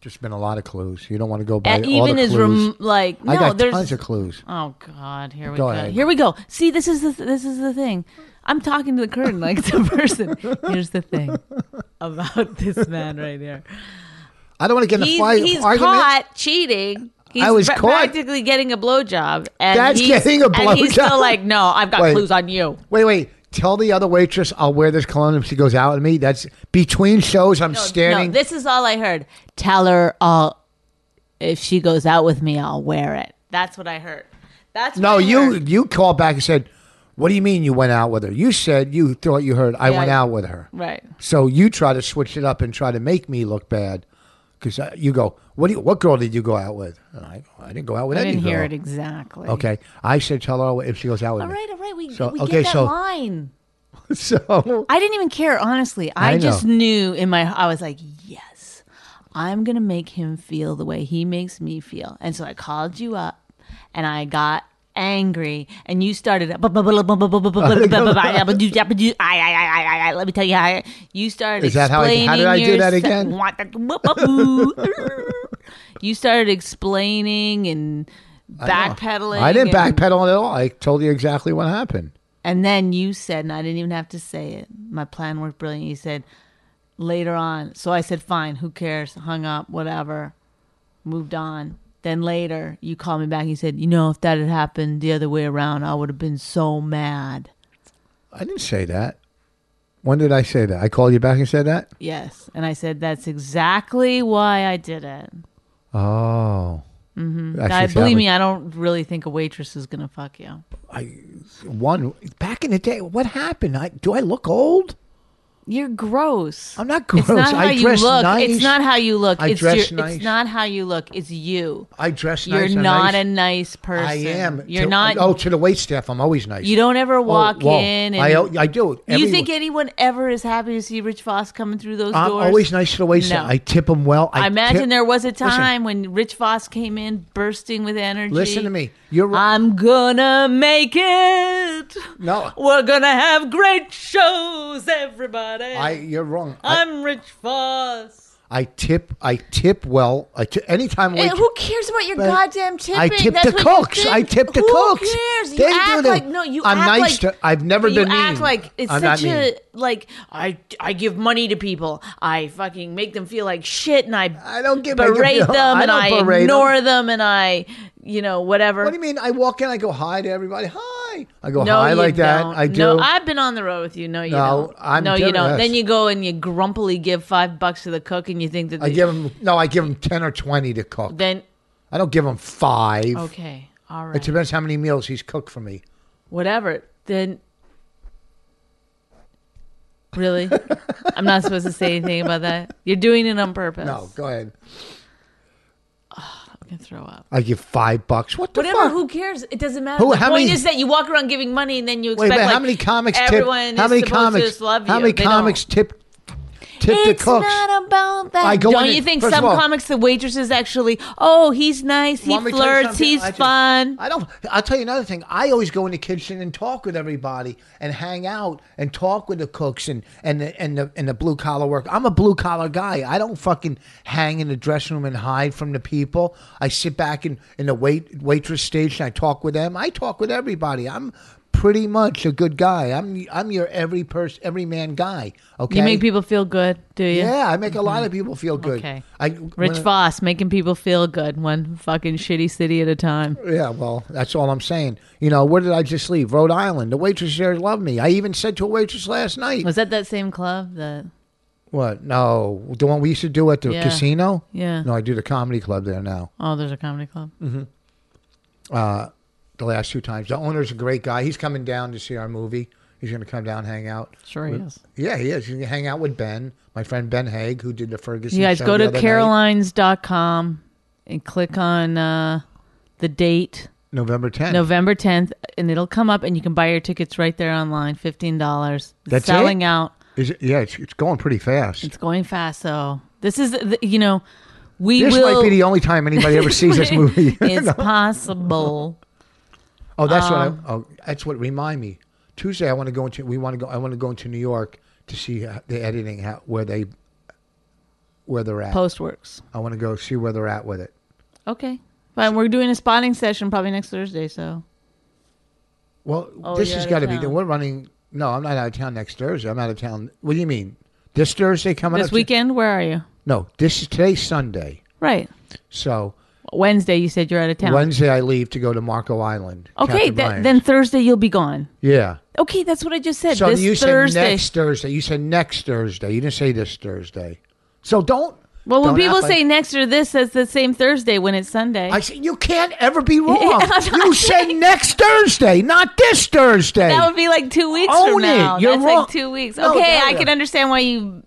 Speaker 5: Just been a lot of clues. You don't want to go by
Speaker 6: Uh,
Speaker 5: all the
Speaker 6: even is
Speaker 5: clues.
Speaker 6: rem- like no,
Speaker 5: I got
Speaker 6: there's
Speaker 5: tons of clues.
Speaker 6: Oh God, here we
Speaker 5: Go
Speaker 6: go.
Speaker 5: ahead.
Speaker 6: Here we go. See, this is the this is the thing. I'm talking to the curtain like the
Speaker 5: (laughs)
Speaker 6: person. Here's the thing about this man right here.
Speaker 5: I don't want to get in a
Speaker 6: He's,
Speaker 5: fight
Speaker 6: he's
Speaker 5: argument.
Speaker 6: caught cheating. He's
Speaker 5: I was
Speaker 6: pra-
Speaker 5: caught-
Speaker 6: practically getting a blowjob, and
Speaker 5: That's
Speaker 6: he's,
Speaker 5: getting a
Speaker 6: And he's
Speaker 5: blowjob?
Speaker 6: still like, "No, I've got
Speaker 5: Wait.
Speaker 6: clues on you."
Speaker 5: Wait, wait. Tell the other waitress I'll wear this cologne if she goes out with me. That's between shows. I'm
Speaker 6: No,
Speaker 5: standing.
Speaker 6: No, this is all I heard. Tell her I'll if she goes out with me, I'll wear it. That's what I heard. That's what
Speaker 5: No,
Speaker 6: I
Speaker 5: you
Speaker 6: heard.
Speaker 5: you called back and said, "What do you mean you went out with her?" You said you thought you heard I
Speaker 6: Yeah,
Speaker 5: went
Speaker 6: I-
Speaker 5: out with her.
Speaker 6: right.
Speaker 5: So you try to switch it up and try to make me look bad because you go, "What do you, what girl did you go out with?" And I, I didn't go out with
Speaker 6: I
Speaker 5: any
Speaker 6: didn't hear
Speaker 5: girl."
Speaker 6: it exactly.
Speaker 5: Okay, I said, "Tell her if she goes out with
Speaker 6: All
Speaker 5: me."
Speaker 6: right, all right. We,
Speaker 5: So,
Speaker 6: we
Speaker 5: okay,
Speaker 6: get that
Speaker 5: so-
Speaker 6: line.
Speaker 5: (laughs) So
Speaker 6: I didn't even care, honestly. I,
Speaker 5: I know.
Speaker 6: just knew in my I was like, yes, I'm gonna make him feel the way he makes me feel. And so I called you up, and I got angry, and you started. Let me tell you how I- you started.
Speaker 5: Is that how I- how did I do that
Speaker 6: explaining
Speaker 5: again?
Speaker 6: (laughs) yourse- You started explaining and backpedaling.
Speaker 5: I didn't
Speaker 6: and-
Speaker 5: backpedal at all. I told you exactly what happened.
Speaker 6: and then you said, and I didn't even have to say it. My plan worked brilliant. You said later on. So I said, fine, who cares? Hung up, whatever. Moved on. Then later, you called me back and you said, you know, if that had happened the other way around, I would have been so mad.
Speaker 5: I didn't say that. When did I say that? I called you back and said that.
Speaker 6: Yes. And I said, that's exactly why I did it.
Speaker 5: Oh. Mm-hmm.
Speaker 6: I, believe me, I don't really think a waitress is going to fuck you.
Speaker 5: one back in the day. What happened? I, do I look old?
Speaker 6: You're gross.
Speaker 5: I'm not
Speaker 6: It's
Speaker 5: gross.
Speaker 6: not how
Speaker 5: I
Speaker 6: you
Speaker 5: dress
Speaker 6: look.
Speaker 5: nice.
Speaker 6: It's not how you look.
Speaker 5: I
Speaker 6: it's
Speaker 5: dress
Speaker 6: your,
Speaker 5: nice.
Speaker 6: It's not how you look. It's you.
Speaker 5: I dress
Speaker 6: You're
Speaker 5: nice. I'm
Speaker 6: not
Speaker 5: nice.
Speaker 6: a nice person.
Speaker 5: I am.
Speaker 6: You're
Speaker 5: to-
Speaker 6: not.
Speaker 5: Oh, to the wait staff, I'm always nice.
Speaker 6: you don't ever walk
Speaker 5: whoa.
Speaker 6: in. And
Speaker 5: I, I do.
Speaker 6: you
Speaker 5: Everyone-
Speaker 6: think anyone ever is happy to see Rich Foss coming through those
Speaker 5: I'm
Speaker 6: doors?
Speaker 5: always nice to the wait staff.
Speaker 6: No.
Speaker 5: I tip them well. I,
Speaker 6: I imagine
Speaker 5: tip-
Speaker 6: there was a
Speaker 5: Listen,
Speaker 6: time when Rich Foss came in bursting with energy.
Speaker 5: Listen to me. You're
Speaker 6: I'm gonna make it.
Speaker 5: No.
Speaker 6: We're gonna have great shows, everybody.
Speaker 5: I. You're wrong. I,
Speaker 6: I'm Rich Foss.
Speaker 5: I tip. I tip well. I t- anytime.
Speaker 6: Eh,
Speaker 5: wait-
Speaker 6: who cares about your
Speaker 5: But
Speaker 6: goddamn tipping?
Speaker 5: I tip
Speaker 6: That's
Speaker 5: the
Speaker 6: what you
Speaker 5: cooks. I
Speaker 6: think.
Speaker 5: tip the
Speaker 6: Who
Speaker 5: cooks.
Speaker 6: cares? You
Speaker 5: They do
Speaker 6: act
Speaker 5: that.
Speaker 6: like no. You.
Speaker 5: I'm
Speaker 6: act
Speaker 5: nice
Speaker 6: like-
Speaker 5: to- I've never
Speaker 6: but
Speaker 5: been
Speaker 6: You act
Speaker 5: mean.
Speaker 6: like it's
Speaker 5: I'm not
Speaker 6: such a
Speaker 5: mean.
Speaker 6: like. I I give money to people. I fucking make them feel like shit, and I
Speaker 5: I don't give- I give-
Speaker 6: berate them,
Speaker 5: I
Speaker 6: and
Speaker 5: don't
Speaker 6: I
Speaker 5: berate
Speaker 6: ignore them. and I you know whatever.
Speaker 5: What do you mean? I walk in. I go hi to everybody. Hi. I go
Speaker 6: No,
Speaker 5: hi
Speaker 6: you
Speaker 5: like that.
Speaker 6: don't.
Speaker 5: I do.
Speaker 6: No, I've been on the road with you. No, you
Speaker 5: No,
Speaker 6: don't.
Speaker 5: I'm
Speaker 6: no, you
Speaker 5: doing
Speaker 6: don't.
Speaker 5: this.
Speaker 6: Then you go and you grumpily give five bucks to the cook, and you think that
Speaker 5: I
Speaker 6: the-
Speaker 5: give them no. I give them ten or twenty to cook.
Speaker 6: then
Speaker 5: I don't give him five.
Speaker 6: Oh. okay, all
Speaker 5: It
Speaker 6: right,
Speaker 5: depends how many meals he's cooked for me.
Speaker 6: whatever. Then really, I'm not supposed to say anything about that. You're doing it on purpose.
Speaker 5: No, go ahead.
Speaker 6: I can throw up.
Speaker 5: I give five bucks. What the
Speaker 6: Whatever.
Speaker 5: fuck?
Speaker 6: Who cares? It doesn't matter.
Speaker 5: Who-
Speaker 6: the
Speaker 5: how
Speaker 6: point
Speaker 5: many-
Speaker 6: is that you walk around giving money, and then you
Speaker 5: Wait,
Speaker 6: expect
Speaker 5: but
Speaker 6: like,
Speaker 5: how many comics tip?
Speaker 6: everyone
Speaker 5: How
Speaker 6: is
Speaker 5: many
Speaker 6: supposed to
Speaker 5: comics?
Speaker 6: just love you.
Speaker 5: how many
Speaker 6: They
Speaker 5: comics
Speaker 6: don't.
Speaker 5: tip? Tip the
Speaker 6: it's
Speaker 5: cooks.
Speaker 6: not about that.
Speaker 5: I go
Speaker 6: Don't
Speaker 5: in
Speaker 6: you
Speaker 5: and-
Speaker 6: think
Speaker 5: first
Speaker 6: some
Speaker 5: of all-
Speaker 6: comics, the waitresses actually? Oh, he's nice. He
Speaker 5: Want me to tell you
Speaker 6: flirts.
Speaker 5: something?
Speaker 6: He's
Speaker 5: I just-
Speaker 6: fun.
Speaker 5: I don't. I'll tell you another thing. I always go in the kitchen and talk with everybody and hang out and talk with the cooks and and the, and the and the blue collar work. I'm a blue collar guy. I don't fucking hang in the dressing room and hide from the people. I sit back in in the wait waitress station. I talk with them. I talk with everybody. I'm pretty much a good guy. I'm I'm your every person, every man guy. Okay.
Speaker 6: You make people feel good, do you?
Speaker 5: Yeah, I make a lot of people feel good.
Speaker 6: Okay.
Speaker 5: I
Speaker 6: Rich
Speaker 5: when-
Speaker 6: Foss making people feel good, one fucking shitty city at a time.
Speaker 5: Yeah, well, that's all I'm saying. You know, where did I just leave? Rhode Island. The waitress there loved me. I even said to a waitress last night,
Speaker 6: Was that that same club? That
Speaker 5: "What? No, the one we used to do at the
Speaker 6: Yeah.
Speaker 5: casino."
Speaker 6: Yeah.
Speaker 5: No, I do the comedy club there now.
Speaker 6: oh, there's a comedy club.
Speaker 5: The last two times, the owner's a great guy. He's coming down to see our movie. He's going to come down, hang out.
Speaker 6: Sure is.
Speaker 5: Yeah, he is. He's going to hang out with Ben, my friend Ben Haig, who did the Ferguson.
Speaker 6: You guys
Speaker 5: show
Speaker 6: go
Speaker 5: the
Speaker 6: to
Speaker 5: other night.
Speaker 6: carolines.com and click on uh, the date.
Speaker 5: November 10th.
Speaker 6: November 10th, and it'll come up, and you can buy your tickets right there online. Fifteen dollars.
Speaker 5: That's
Speaker 6: selling
Speaker 5: it?
Speaker 6: out.
Speaker 5: Is it, yeah, it's, it's going pretty fast.
Speaker 6: It's going fast. So this is, the, you know, we
Speaker 5: this
Speaker 6: will.
Speaker 5: might be the only time anybody ever
Speaker 6: (laughs)
Speaker 5: sees this movie. (laughs)
Speaker 6: it's possible.
Speaker 5: Oh, that's
Speaker 6: Um,
Speaker 5: what I. Oh, that's what remind me. Tuesday, I want to go into. We want to go. I want to go into New York to see uh, the editing how, where they where they're at.
Speaker 6: Postworks.
Speaker 5: I want to go see where they're at with it.
Speaker 6: Okay, fine. We're doing a spotting session probably next Thursday. So
Speaker 5: Well,
Speaker 6: Oh,
Speaker 5: this
Speaker 6: you're
Speaker 5: has
Speaker 6: out
Speaker 5: got to
Speaker 6: of
Speaker 5: be.
Speaker 6: town.
Speaker 5: We're running. No, I'm not out of town next Thursday. I'm out of town. What do you mean? This Thursday coming
Speaker 6: this
Speaker 5: up to-
Speaker 6: weekend, where are you?
Speaker 5: no, this is today's Sunday.
Speaker 6: Right.
Speaker 5: So
Speaker 6: Wednesday, you said you're out of town.
Speaker 5: Wednesday, I leave to go to Marco Island.
Speaker 6: okay,
Speaker 5: Captain
Speaker 6: th-
Speaker 5: Ryan's.
Speaker 6: then Thursday you'll be gone.
Speaker 5: yeah.
Speaker 6: Okay, that's what I just said.
Speaker 5: So
Speaker 6: this
Speaker 5: you
Speaker 6: Thursday.
Speaker 5: said next Thursday. You said next Thursday. You didn't say this Thursday. So don't.
Speaker 6: well, when
Speaker 5: don't act
Speaker 6: people
Speaker 5: like-
Speaker 6: say next or this, that's the same Thursday when it's Sunday.
Speaker 5: I said, you can't ever
Speaker 6: (laughs)
Speaker 5: be wrong.
Speaker 6: I'm not
Speaker 5: you said
Speaker 6: saying-
Speaker 5: next Thursday, not this Thursday.
Speaker 6: That would be like two weeks
Speaker 5: Own
Speaker 6: from
Speaker 5: it.
Speaker 6: now.
Speaker 5: You're
Speaker 6: That's
Speaker 5: wrong.
Speaker 6: like two weeks.
Speaker 5: No,
Speaker 6: okay, I
Speaker 5: Daria.
Speaker 6: can understand why you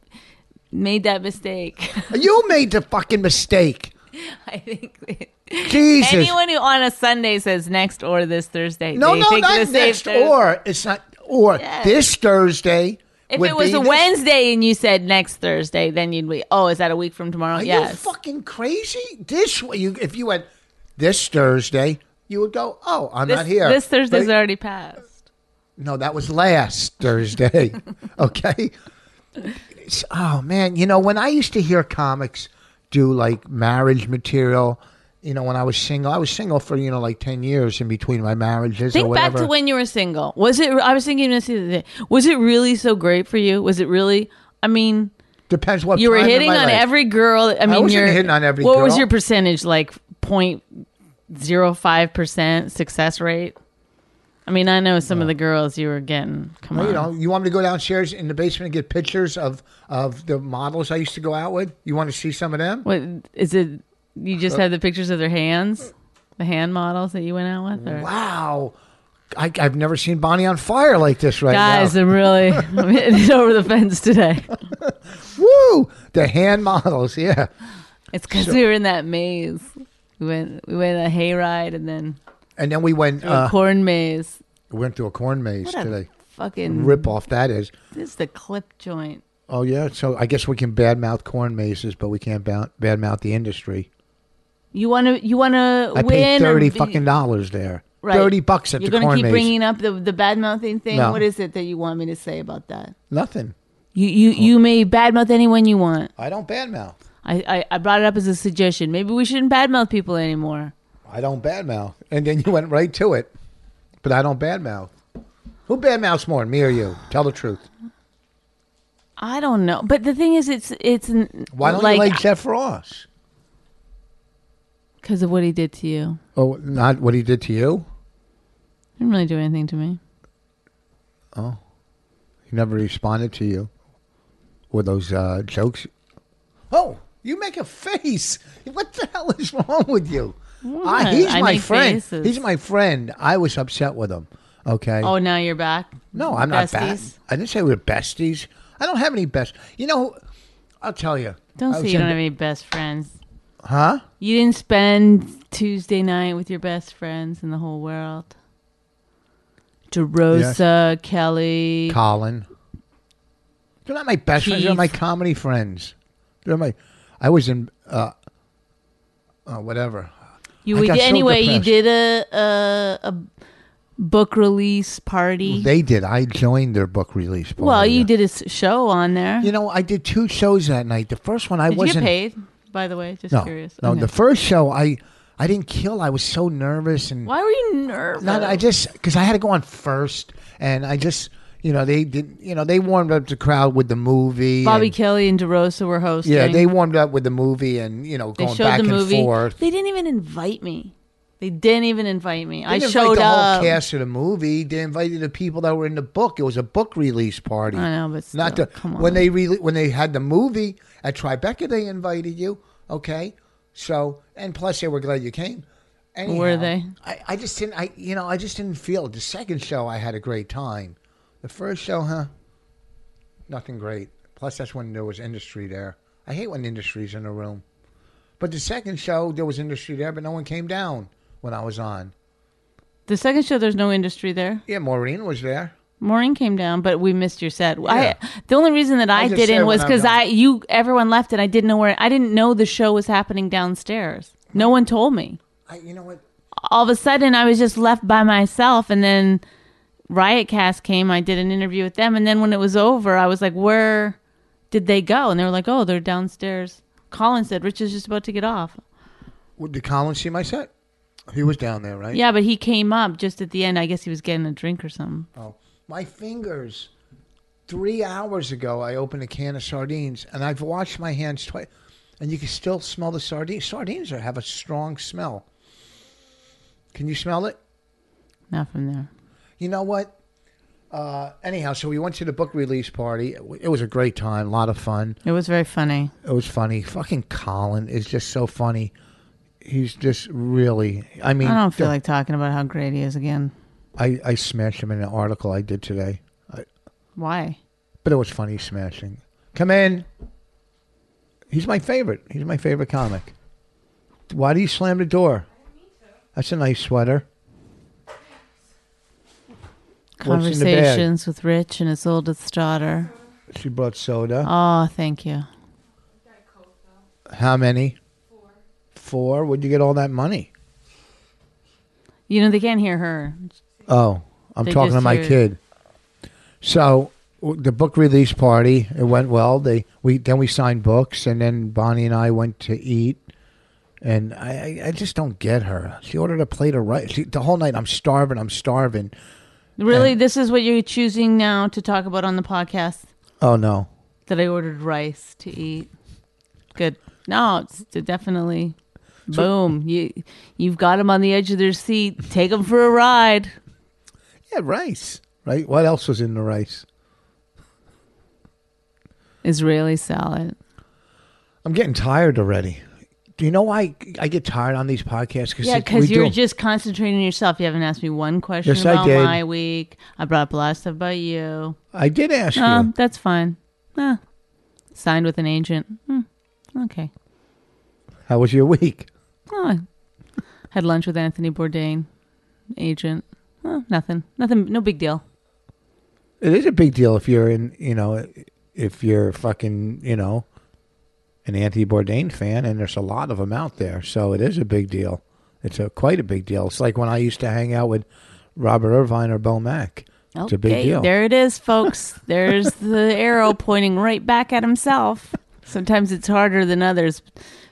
Speaker 6: made that mistake. (laughs)
Speaker 5: you made the fucking mistake.
Speaker 6: I think
Speaker 5: Jesus.
Speaker 6: anyone who on a Sunday says next or this Thursday,
Speaker 5: no,
Speaker 6: they
Speaker 5: no,
Speaker 6: think
Speaker 5: not
Speaker 6: this
Speaker 5: next
Speaker 6: Thursday.
Speaker 5: or. It's not or
Speaker 6: Yes.
Speaker 5: this Thursday.
Speaker 6: If
Speaker 5: would
Speaker 6: it was
Speaker 5: be
Speaker 6: a
Speaker 5: this-
Speaker 6: Wednesday and you said next Thursday, then you'd be oh, is that a week from tomorrow?
Speaker 5: Are you
Speaker 6: yes.
Speaker 5: fucking crazy? This way, you if you went this Thursday, you would go. Oh, I'm
Speaker 6: this,
Speaker 5: not here.
Speaker 6: this Thursday's
Speaker 5: But-
Speaker 6: already passed.
Speaker 5: No, that was last Thursday. okay. It's- oh man, you know when I used to hear comics do like marriage material, you know when I was single, I was single for you know like ten years in between my marriages or
Speaker 6: Think
Speaker 5: whatever.
Speaker 6: back to when you were single. Was it? I was thinking this the other day. Was it really so great for you? Was it really? I mean,
Speaker 5: Depends what
Speaker 6: you were
Speaker 5: time in
Speaker 6: hitting
Speaker 5: my
Speaker 6: on
Speaker 5: life.
Speaker 6: every girl. I mean,
Speaker 5: wasn't
Speaker 6: you're
Speaker 5: hitting on every
Speaker 6: What was
Speaker 5: girl.
Speaker 6: your percentage? Like point zero five percent success rate. I mean, I know some of the girls you were getting. Come
Speaker 5: You
Speaker 6: on,
Speaker 5: know, you want me to go downstairs in the basement and get pictures of of the models I used to go out with? You want to see some of them?
Speaker 6: what is it?
Speaker 5: Uh,
Speaker 6: You just had the pictures of their hands, the hand models that you went out with, or
Speaker 5: Wow. I, I've never seen Bonnie on fire like this right
Speaker 6: Guys,
Speaker 5: now.
Speaker 6: I'm really (laughs) I'm hitting it over the fence today.
Speaker 5: Woo! The hand models, yeah.
Speaker 6: It's because we were in that maze. We went we went a hayride and then
Speaker 5: And then we went
Speaker 6: a
Speaker 5: uh,
Speaker 6: corn maze.
Speaker 5: went to a corn maze
Speaker 6: What a
Speaker 5: today.
Speaker 6: fucking
Speaker 5: Rip off that is.
Speaker 6: This is the clip joint.
Speaker 5: Oh yeah, so I guess we can badmouth corn mazes, but we can't ba- badmouth the industry.
Speaker 6: You want to you want to
Speaker 5: I
Speaker 6: win
Speaker 5: paid
Speaker 6: or
Speaker 5: thirty
Speaker 6: be-
Speaker 5: fucking dollars there.
Speaker 6: Right.
Speaker 5: Thirty bucks at
Speaker 6: You're
Speaker 5: the
Speaker 6: gonna
Speaker 5: corn
Speaker 6: keep
Speaker 5: maze.
Speaker 6: bringing up the the bad mouthing thing.
Speaker 5: No.
Speaker 6: What is it that you want me to say about that?
Speaker 5: Nothing.
Speaker 6: You you
Speaker 5: uh,
Speaker 6: you may badmouth anyone you want.
Speaker 5: I don't badmouth.
Speaker 6: I, I I brought it up as a suggestion. Maybe we shouldn't badmouth people anymore.
Speaker 5: I don't badmouth. And then you went right to it. But I don't badmouth. Who badmouths more, me or you? Tell the truth.
Speaker 6: I don't know, but the thing is, it's it's n-
Speaker 5: Why don't
Speaker 6: like,
Speaker 5: you like Jeff Ross?
Speaker 6: because of what he did to you.
Speaker 5: Oh, not what he did to you.
Speaker 6: He didn't really do anything to me.
Speaker 5: He never responded to you with those uh, jokes. Oh, you make a face. What the hell is wrong with you? I,
Speaker 6: not?
Speaker 5: he's
Speaker 6: I
Speaker 5: my
Speaker 6: make
Speaker 5: friend.
Speaker 6: faces.
Speaker 5: He's my friend. I was upset with him. Okay.
Speaker 6: Oh, now you're back.
Speaker 5: No, I'm not bad.
Speaker 6: Besties?
Speaker 5: I didn't say we were besties. I don't have any best. You know, I'll tell you.
Speaker 6: Don't
Speaker 5: I
Speaker 6: say
Speaker 5: was
Speaker 6: you don't
Speaker 5: in-
Speaker 6: have any best friends.
Speaker 5: Huh?
Speaker 6: You didn't spend Tuesday night with your best friends in the whole world. DeRosa, Kelly.
Speaker 5: Colin. They're not my best friends. They're
Speaker 6: Keith.
Speaker 5: my comedy friends. They're my. I was in. Uh, uh, whatever.
Speaker 6: you
Speaker 5: I
Speaker 6: would,
Speaker 5: got so
Speaker 6: anyway,
Speaker 5: depressed.
Speaker 6: you did a, a a book release party.
Speaker 5: They did. I joined their book release party.
Speaker 6: well, you did a s- show on there.
Speaker 5: You know, I did two shows that night. The first one I
Speaker 6: did you
Speaker 5: wasn't.
Speaker 6: get paid? By the way, just
Speaker 5: No,
Speaker 6: curious.
Speaker 5: no.
Speaker 6: Okay.
Speaker 5: The first show I, I didn't kill. I was so nervous and.
Speaker 6: Why were you nervous?
Speaker 5: No, no, I just because I had to go on first, and I just you know they did you know they warmed up the crowd with the movie.
Speaker 6: Bobby
Speaker 5: and,
Speaker 6: Kelly and DeRosa were hosting.
Speaker 5: yeah, they warmed up with the movie and you know
Speaker 6: They
Speaker 5: going
Speaker 6: showed
Speaker 5: back
Speaker 6: the movie.
Speaker 5: and forth.
Speaker 6: They didn't even invite me. They didn't even invite me. I
Speaker 5: They didn't
Speaker 6: showed
Speaker 5: invite the
Speaker 6: up.
Speaker 5: whole cast of the movie. They invited the people that were in the book. It was a book release party.
Speaker 6: I know, but still,
Speaker 5: not the
Speaker 6: come on.
Speaker 5: when they re- when they had the movie at Tribeca. They invited you. Okay, so and plus they were glad you came. Anyhow,
Speaker 6: Were they?
Speaker 5: I, I just didn't. I you know I just didn't feel it. The second show I had a great time. The first show, huh? Nothing great. Plus that's when there was industry there. I hate when industry's in a room. But the second show there was industry there, but no one came down when I was on.
Speaker 6: the second show, there's no industry there.
Speaker 5: Yeah, Maureen was there.
Speaker 6: Maureen came down, but we missed your set.
Speaker 5: Yeah.
Speaker 6: I the only reason that I,
Speaker 5: just said
Speaker 6: didn't
Speaker 5: when
Speaker 6: was
Speaker 5: I'm
Speaker 6: because
Speaker 5: done.
Speaker 6: I you everyone left and I didn't know where I didn't know the show was happening downstairs. No one told me.
Speaker 5: I, you know what?
Speaker 6: All of a sudden, I was just left by myself, and then Riotcast came. I did an interview with them, and then when it was over, I was like, "Where did they go?" And they were like, "Oh, they're downstairs." Colin said, "Rich is just about to get off."
Speaker 5: Well, Did Colin see my set? He was down there, right?
Speaker 6: Yeah, but he came up just at the end. I guess he was getting a drink or something.
Speaker 5: Oh, my fingers. Three hours ago, I opened a can of sardines, and I've washed my hands twice, and you can still smell the sardines. Sardines are, have a strong smell. Can you smell it?
Speaker 6: Not from there.
Speaker 5: You know what? Uh, anyhow, so we went to the book release party. It w- it was a great time, a lot of fun.
Speaker 6: It was very funny.
Speaker 5: It was funny. Fucking Colin is just so funny. He's just really. I mean,
Speaker 6: I don't feel
Speaker 5: the-
Speaker 6: like talking about how great he is again.
Speaker 5: I, I smashed him in an article I did today. I,
Speaker 6: Why?
Speaker 5: but it was funny smashing. Come in. He's my favorite. He's my favorite comic. Why do you slam the door? That's a nice sweater. What's in the bag?
Speaker 6: Conversations with Rich and his oldest daughter.
Speaker 5: She brought soda.
Speaker 6: Oh, thank you.
Speaker 5: How many? Four. Four? Where'd you get all that money?
Speaker 6: You know they can't hear her.
Speaker 5: Oh, I'm
Speaker 6: They
Speaker 5: talking
Speaker 6: just
Speaker 5: to my
Speaker 6: hear-
Speaker 5: kid. So w- the book release party it went well. They we then we signed books, and then Bonnie and I went to eat. And I, I- I just don't get her. She ordered a plate of rice. She, the whole night I'm starving. I'm starving.
Speaker 6: Really, this is what you're choosing now to talk about on the podcast
Speaker 5: Oh no.
Speaker 6: that I ordered rice to eat. Good. No, it's d- definitely. Boom! You you've got them on the edge of their seat. Take them for a ride.
Speaker 5: Yeah, rice. Right. What else was in the rice?
Speaker 6: Israeli salad.
Speaker 5: I'm getting tired already. Do you know why I get tired on these podcasts? Because
Speaker 6: Yeah, because you're just concentrating on yourself. You haven't asked me one question
Speaker 5: Yes, I
Speaker 6: about
Speaker 5: did.
Speaker 6: my week. I brought up a lot of stuff about you.
Speaker 5: I did ask
Speaker 6: Oh,
Speaker 5: you.
Speaker 6: that's fine. Ah, signed with an agent. Hmm, okay.
Speaker 5: How was your week?
Speaker 6: Oh, I had lunch with Anthony Bourdain, agent. Oh, nothing. Nothing. No big deal.
Speaker 5: It is a big deal if you're in, you know, if you're fucking, you know, an Anthony Bourdain fan, and there's a lot of them out there, so it is a big deal. It's a quite a big deal. It's like when I used to hang out with Robert Irvine or Bo Mack. It's a big
Speaker 6: Okay,
Speaker 5: deal.
Speaker 6: There it is,
Speaker 5: (laughs)
Speaker 6: folks. There's the arrow pointing right back at himself. Sometimes it's harder than others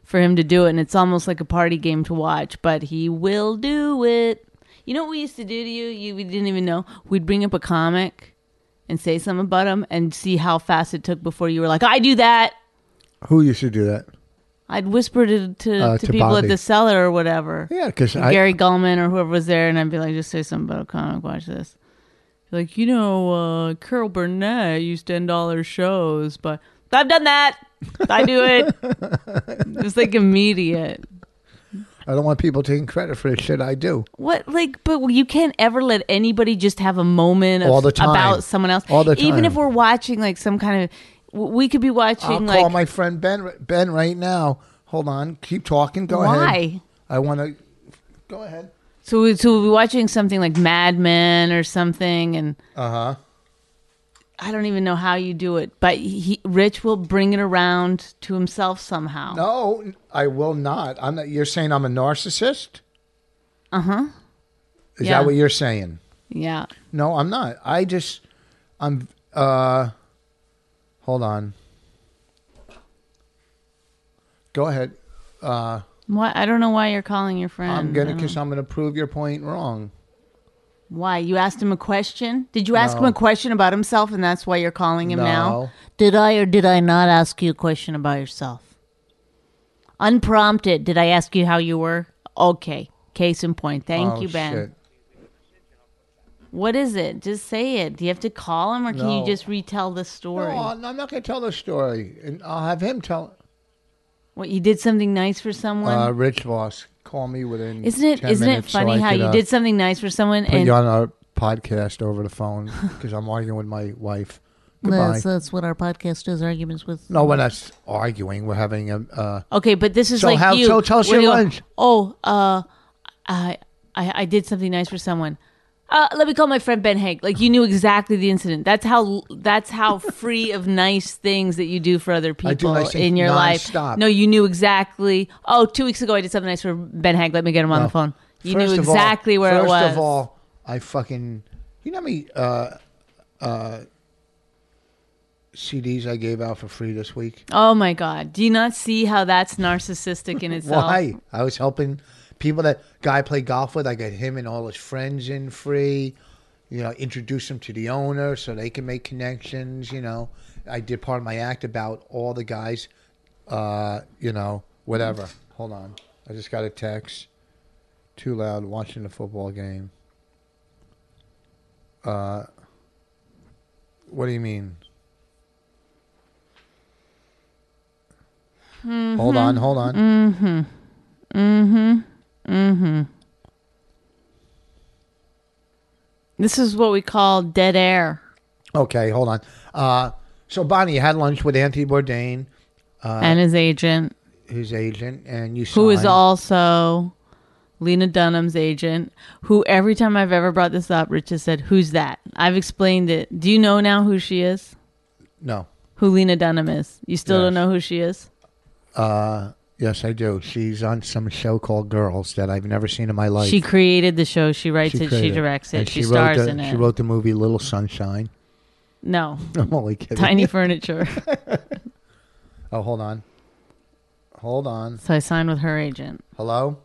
Speaker 6: for him to do it, and it's almost like a party game to watch, but he will do it. You know what we used to do to you? You we didn't even know. We'd bring up a comic and say something about him and see how fast it took before you were like, I do that.
Speaker 5: Who used to do that?
Speaker 6: I'd whisper to to,
Speaker 5: Uh,
Speaker 6: to,
Speaker 5: to
Speaker 6: people
Speaker 5: Bobby.
Speaker 6: at the cellar or whatever.
Speaker 5: Yeah, because
Speaker 6: And
Speaker 5: I
Speaker 6: Gary Gulman or whoever was there, and I'd be like, just say something about a comic. Watch this. Be like, you know, uh, Carol Burnett used to end all her shows, but I've done that. I do it.
Speaker 5: (laughs)
Speaker 6: it's like immediate.
Speaker 5: I don't want people taking credit for the shit I do.
Speaker 6: What like, but you can't ever let anybody just have a moment of,
Speaker 5: All the time.
Speaker 6: about someone else.
Speaker 5: All the
Speaker 6: even
Speaker 5: time.
Speaker 6: if we're watching like some kind of, w- we could be watching
Speaker 5: I'll
Speaker 6: like
Speaker 5: call my friend Ben. Ben, right now. Hold on. Keep talking. Go ahead.
Speaker 6: why.
Speaker 5: I want to. Go ahead.
Speaker 6: So we, so we'll be watching something like Mad Men or something, and
Speaker 5: Uh huh.
Speaker 6: I don't even know how you do it, but he, Rich will bring it around to himself somehow.
Speaker 5: No, I will not. I'm not. You're saying I'm a narcissist.
Speaker 6: Uh huh.
Speaker 5: Is
Speaker 6: Yeah.
Speaker 5: that what you're saying?
Speaker 6: Yeah.
Speaker 5: No, I'm not. I just, I'm. uh Hold on. Go ahead. Uh
Speaker 6: Why? I don't know why you're calling your friend. uh,
Speaker 5: I'm gonna,
Speaker 6: I don't-
Speaker 5: cause I'm gonna prove your point wrong.
Speaker 6: Why? You asked him a question. Did you ask him a question about himself, and that's why you're calling him now?
Speaker 5: No.
Speaker 7: Did I or did I not ask you a question about yourself? Unprompted, did I ask you how you were? Okay. Case in point. Thank
Speaker 5: Oh,
Speaker 7: you, Ben.
Speaker 5: shit.
Speaker 6: What is it? Just say it. Do you have to call him, or can you
Speaker 5: No.
Speaker 6: just retell the
Speaker 5: No,
Speaker 6: story?
Speaker 5: I'm not gonna tell the story, and I'll have him tell.
Speaker 6: What you did something nice for someone?
Speaker 5: Uh, Rich Voss, call me within.
Speaker 6: isn't it?
Speaker 5: 10
Speaker 6: Isn't it
Speaker 5: minutes so
Speaker 6: funny
Speaker 5: I
Speaker 6: how
Speaker 5: could,
Speaker 6: you
Speaker 5: uh,
Speaker 6: did something nice for someone
Speaker 5: put
Speaker 6: and
Speaker 5: you on our podcast over the
Speaker 6: (laughs)
Speaker 5: phone because I'm arguing with my wife. Goodbye.
Speaker 7: That's, that's what our podcast is arguments with.
Speaker 5: no, we're not arguing. We're having a. Uh,
Speaker 6: Okay, but this is
Speaker 5: So
Speaker 6: like
Speaker 5: how-
Speaker 6: you.
Speaker 5: so tell us
Speaker 6: where
Speaker 5: your
Speaker 6: you go,
Speaker 5: lunch.
Speaker 6: Oh, uh, I, I I did something nice for someone. Uh, let me call my friend Ben Haig. Like you knew exactly the incident. That's how that's
Speaker 5: (laughs)
Speaker 6: how free of nice things that you do for other people
Speaker 5: I do nice things
Speaker 6: in your
Speaker 5: nonstop.
Speaker 6: life. No, you knew exactly. Oh, two weeks ago I did something nice for Ben Haig. Let me get him on the phone. You
Speaker 5: first
Speaker 6: knew
Speaker 5: of all-
Speaker 6: exactly where it was.
Speaker 5: First of all, I fucking. You know how many uh, uh, CDs I gave out for free this week?
Speaker 6: oh my God! Do you not see how that's narcissistic
Speaker 5: (laughs)
Speaker 6: in itself?
Speaker 5: Why? I was helping people that guy I played golf with. I got him and all his friends in free. You know, introduce them to the owner so they can make connections. You know, I did part of my act about all the guys. Uh, you know, whatever. Hold on, I just got a text. Too loud watching the football game. Uh, what do you mean? Hold on, hold on.
Speaker 6: This is what we call dead air.
Speaker 5: Okay, hold on. Uh, so, Bonnie, you had lunch with Anthony Bourdain, Uh,
Speaker 6: and his agent.
Speaker 5: his agent, and you
Speaker 6: who is
Speaker 5: signed-
Speaker 6: also Lena Dunham's agent, who every time I've ever brought this up, Rich has said, Who's that? I've explained it. Do you know now who she is?
Speaker 5: No.
Speaker 6: Who Lena Dunham is? You still don't
Speaker 5: Yes.
Speaker 6: know who she is?
Speaker 5: Uh, yes, I do. She's on some show called Girls that I've never seen in my life.
Speaker 6: she created the show. She writes it. She
Speaker 5: created
Speaker 6: directs
Speaker 5: and
Speaker 6: it. She,
Speaker 5: wrote
Speaker 6: stars
Speaker 5: the-
Speaker 6: in it.
Speaker 5: She wrote the movie Little Sunshine. (laughs)
Speaker 6: no, (laughs)
Speaker 5: I'm only kidding. (laughs)
Speaker 6: Tiny Furniture.
Speaker 5: Oh, hold on. Hold on.
Speaker 6: So I signed with her agent.
Speaker 5: Hello?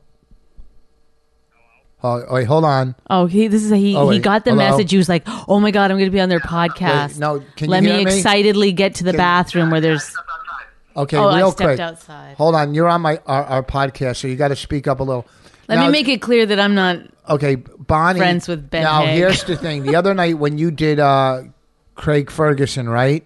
Speaker 5: Oh, wait, hold on.
Speaker 6: Oh, he, this is a, he.
Speaker 5: Oh,
Speaker 6: he
Speaker 5: wait.
Speaker 6: got the
Speaker 5: Hello?
Speaker 6: message. He was like, "Oh my god, I'm going to be on their podcast."
Speaker 5: no, can you
Speaker 6: let
Speaker 5: hear
Speaker 6: me
Speaker 5: me?
Speaker 6: excitedly get to the bathroom where there's.
Speaker 5: Okay,
Speaker 6: Oh, I
Speaker 5: real
Speaker 6: stepped
Speaker 5: quick.
Speaker 6: outside.
Speaker 5: Hold on. You're on my our, our podcast, so you got to speak up a little.
Speaker 6: Let me make it clear that I'm not
Speaker 5: Okay, Bonnie.
Speaker 6: Friends with Ben
Speaker 5: Now
Speaker 6: Haig.
Speaker 5: here's the thing: the other night when you did uh, Craig Ferguson, right?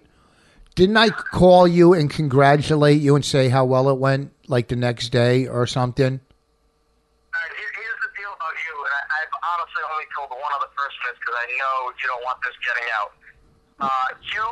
Speaker 5: Didn't I call you and congratulate you and say how well it went like the next day or something?
Speaker 8: All right, here, here's the deal about you, and I, I've honestly only told one other person this because I know you don't want this getting out. Uh, you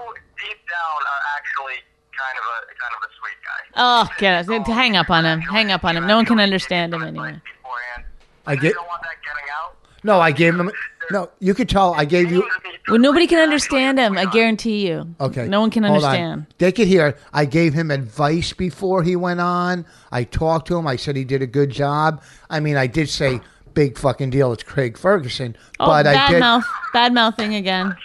Speaker 8: deep down are actually kind of a kind of a sweet guy.
Speaker 6: Oh, get us. Hang up on him. Hang up on him. No one can understand him anyway.
Speaker 8: Beforehand,
Speaker 5: I
Speaker 8: You
Speaker 5: get-
Speaker 8: don't want that getting out.
Speaker 5: No, I gave him. No, you could tell I gave you.
Speaker 6: Well, nobody can understand him. I guarantee you.
Speaker 5: Okay.
Speaker 6: No one can
Speaker 5: hold on.
Speaker 6: understand.
Speaker 5: They could hear. I gave him advice before he went on. I talked to him. I said he did a good job. I mean, I did say big fucking deal. It's Craig Ferguson.
Speaker 6: Oh,
Speaker 5: but
Speaker 6: bad
Speaker 5: I did.
Speaker 6: mouth. Bad mouthing again.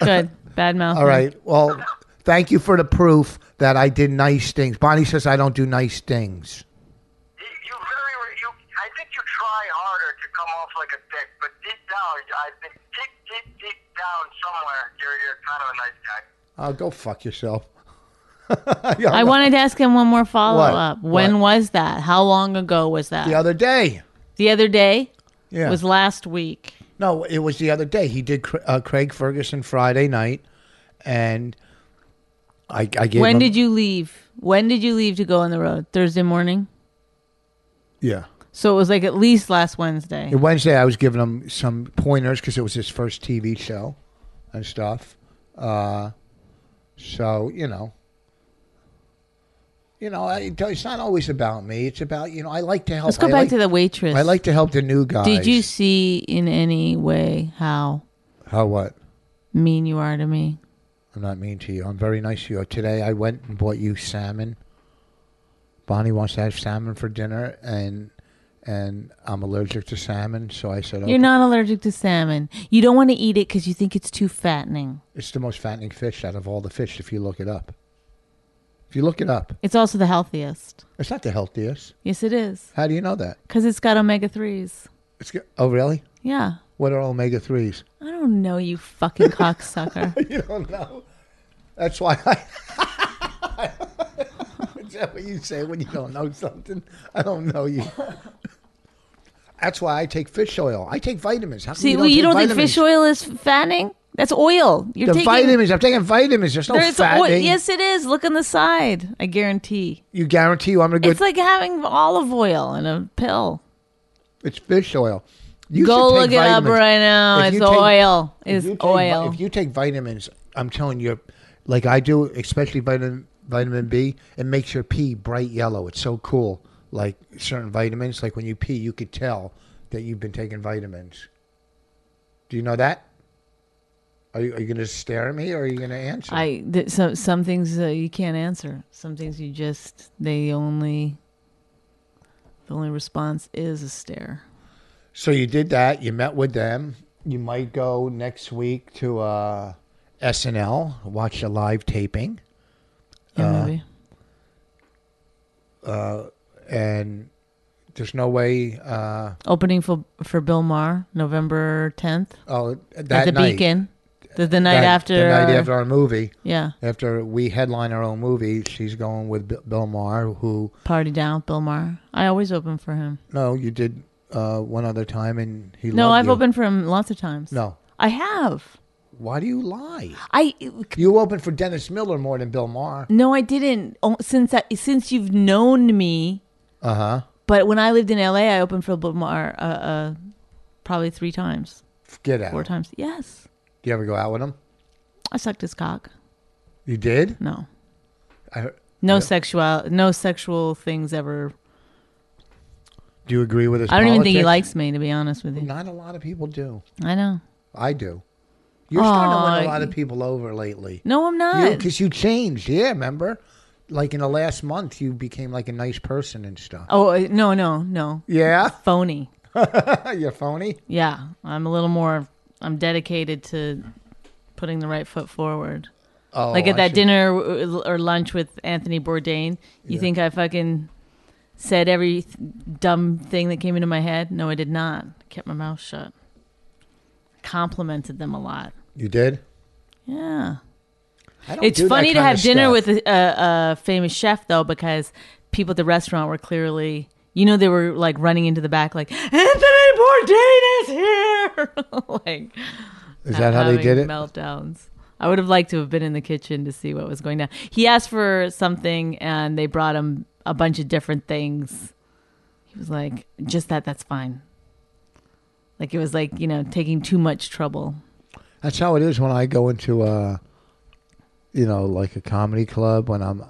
Speaker 6: Good. Bad mouth.
Speaker 5: All right. Well, thank you for the proof that I did nice things. Bonnie says I don't do nice things.
Speaker 8: You, you very, you. I think you try harder to come off like a dick, but deep down, I think deep, deep, deep down somewhere, you're you're kind of a nice guy.
Speaker 5: Oh, go fuck yourself. (laughs)
Speaker 6: I wanted to ask him one more follow
Speaker 5: What?
Speaker 6: up. When was that? How long ago was that?
Speaker 5: (laughs) The other day.
Speaker 6: The other day
Speaker 5: Yeah.
Speaker 6: was last week.
Speaker 5: No, it was the other day. He did Cra- uh, Craig Ferguson Friday night, and I, I gave.
Speaker 6: When
Speaker 5: him-
Speaker 6: did you leave? When did you leave to go on the road? Thursday morning.
Speaker 5: Yeah,
Speaker 6: So it was like at least last Wednesday.
Speaker 5: And Wednesday I was giving him some pointers because it was his first TV show and stuff. Uh, so you know, you know, I, it's not always about me. It's about you know. I like to help.
Speaker 6: Let's go
Speaker 5: I
Speaker 6: back
Speaker 5: like,
Speaker 6: to the waitress.
Speaker 5: I like to help the new guys.
Speaker 6: Did you see in any way how
Speaker 5: How what?
Speaker 6: mean you are to me?
Speaker 5: I'm not mean to you. I'm very nice to you. Today I went and bought you salmon. Bonnie wants to have salmon for dinner, and and I'm allergic to salmon, so I said, okay.
Speaker 6: You're not allergic to salmon. You don't want to eat it because you think it's too fattening.
Speaker 5: It's the most fattening fish out of all the fish. If you look it up, if you look it up,
Speaker 6: It's also the healthiest.
Speaker 5: it's not the healthiest.
Speaker 6: Yes, it is
Speaker 5: How do you know that?
Speaker 6: because it's got omega threes.
Speaker 5: It's go- oh really?
Speaker 6: Yeah,
Speaker 5: What are omega threes? (laughs)
Speaker 6: I don't know you fucking cocksucker.
Speaker 5: You don't know. That's why I. (laughs) Is that what you say when you don't know something? I don't know you. That's why I take fish oil. I take vitamins. How come
Speaker 6: See,
Speaker 5: you
Speaker 6: well, you
Speaker 5: take
Speaker 6: don't think
Speaker 5: vitamins?
Speaker 6: fish oil is fattening? That's oil. You're
Speaker 5: The
Speaker 6: taking
Speaker 5: vitamins. I'm taking vitamins. There's no
Speaker 6: There's oil.
Speaker 5: fattening.
Speaker 6: Yes, it is. Look on the side. I guarantee.
Speaker 5: You guarantee you I'm a good.
Speaker 6: It's like having olive oil in a pill.
Speaker 5: it's fish oil. You
Speaker 6: Go
Speaker 5: should take
Speaker 6: look it up
Speaker 5: vitamins.
Speaker 6: right now.
Speaker 5: If
Speaker 6: it's
Speaker 5: you take-
Speaker 6: oil.
Speaker 5: if
Speaker 6: It's
Speaker 5: you take vi-
Speaker 6: oil.
Speaker 5: If you take vitamins, I'm telling you, like I do, especially vitamin vitamin B, it makes your pee bright yellow. It's so cool. Like certain vitamins, like when you pee, you could tell that you've been taking vitamins. Do you know that? Are you, are you going to stare at me or are you going to answer?
Speaker 6: I th- some some things uh, you can't answer. Some things you just they only the only response is a stare.
Speaker 5: So you did that. You met with them. You might go next week to uh, SNL, watch a live taping, Uh,
Speaker 6: Yeah, maybe.
Speaker 5: and there's no way. Uh,
Speaker 6: Opening for for Bill Maher November tenth
Speaker 5: oh, that
Speaker 6: at the
Speaker 5: night,
Speaker 6: Beacon. The, the night
Speaker 5: that-
Speaker 6: after.
Speaker 5: the night
Speaker 6: our-
Speaker 5: after our movie,
Speaker 6: Yeah,
Speaker 5: after we headline our own movie, she's going with Bi- Bill Maher. Who?
Speaker 6: party down with Bill Maher. I always open for him.
Speaker 5: No, you did uh, one other time, and he.
Speaker 6: no,
Speaker 5: loved
Speaker 6: I've
Speaker 5: you.
Speaker 6: opened for him lots of times.
Speaker 5: No,
Speaker 6: I have.
Speaker 5: why do you lie?
Speaker 6: I
Speaker 5: You opened for Dennis Miller more than Bill Maher.
Speaker 6: no, I didn't. Oh, since I, since you've known me,
Speaker 5: Uh huh.
Speaker 6: But when I lived in LA, I opened for Bill Maher uh, uh, probably three times,
Speaker 5: Get out.
Speaker 6: four times. Yes,
Speaker 5: Do you ever go out with him?
Speaker 6: I sucked his cock.
Speaker 5: You did.
Speaker 6: No,
Speaker 5: I heard-
Speaker 6: no sexual, no sexual things ever.
Speaker 5: Do you agree with his?
Speaker 6: I don't even think he likes
Speaker 5: politics?
Speaker 6: me, to be honest with you.
Speaker 5: Not a lot of people do.
Speaker 6: I know.
Speaker 5: I do. You're starting to win a
Speaker 6: Aw,
Speaker 5: lot of
Speaker 6: you-
Speaker 5: people over lately.
Speaker 6: No, I'm not.
Speaker 5: Because you, changed. Yeah, remember? Like in the last month, you became like a nice person and stuff.
Speaker 6: oh uh, no, no, no.
Speaker 5: Yeah,
Speaker 6: Phony.
Speaker 5: (laughs) you're phony.
Speaker 6: Yeah, I'm a little more. I'm dedicated to putting the right foot forward.
Speaker 5: Oh,
Speaker 6: like at
Speaker 5: I
Speaker 6: that
Speaker 5: see.
Speaker 6: dinner w- or lunch with Anthony Bourdain, you think I fucking said every th- dumb thing that came into my head? No, I did not. I kept my mouth shut. Complimented them a lot.
Speaker 5: You did.
Speaker 6: Yeah.
Speaker 5: I don't
Speaker 6: It's
Speaker 5: do that
Speaker 6: funny to
Speaker 5: kinda
Speaker 6: have dinner
Speaker 5: stuff.
Speaker 6: with a, a, a famous chef though, because people at the restaurant were clearly, you know, they were like running into the back, like Anthony Bourdain is here. (laughs) like
Speaker 5: Is that how they
Speaker 6: having
Speaker 5: did it?
Speaker 6: Meltdowns. I would have liked to have been in the kitchen to see what was going down. He asked for something and they brought him a bunch of different things. He was like, just that, that's fine. Like it was like, you know, taking too much trouble.
Speaker 5: That's how it is when I go into a, you know, like a comedy club when I'm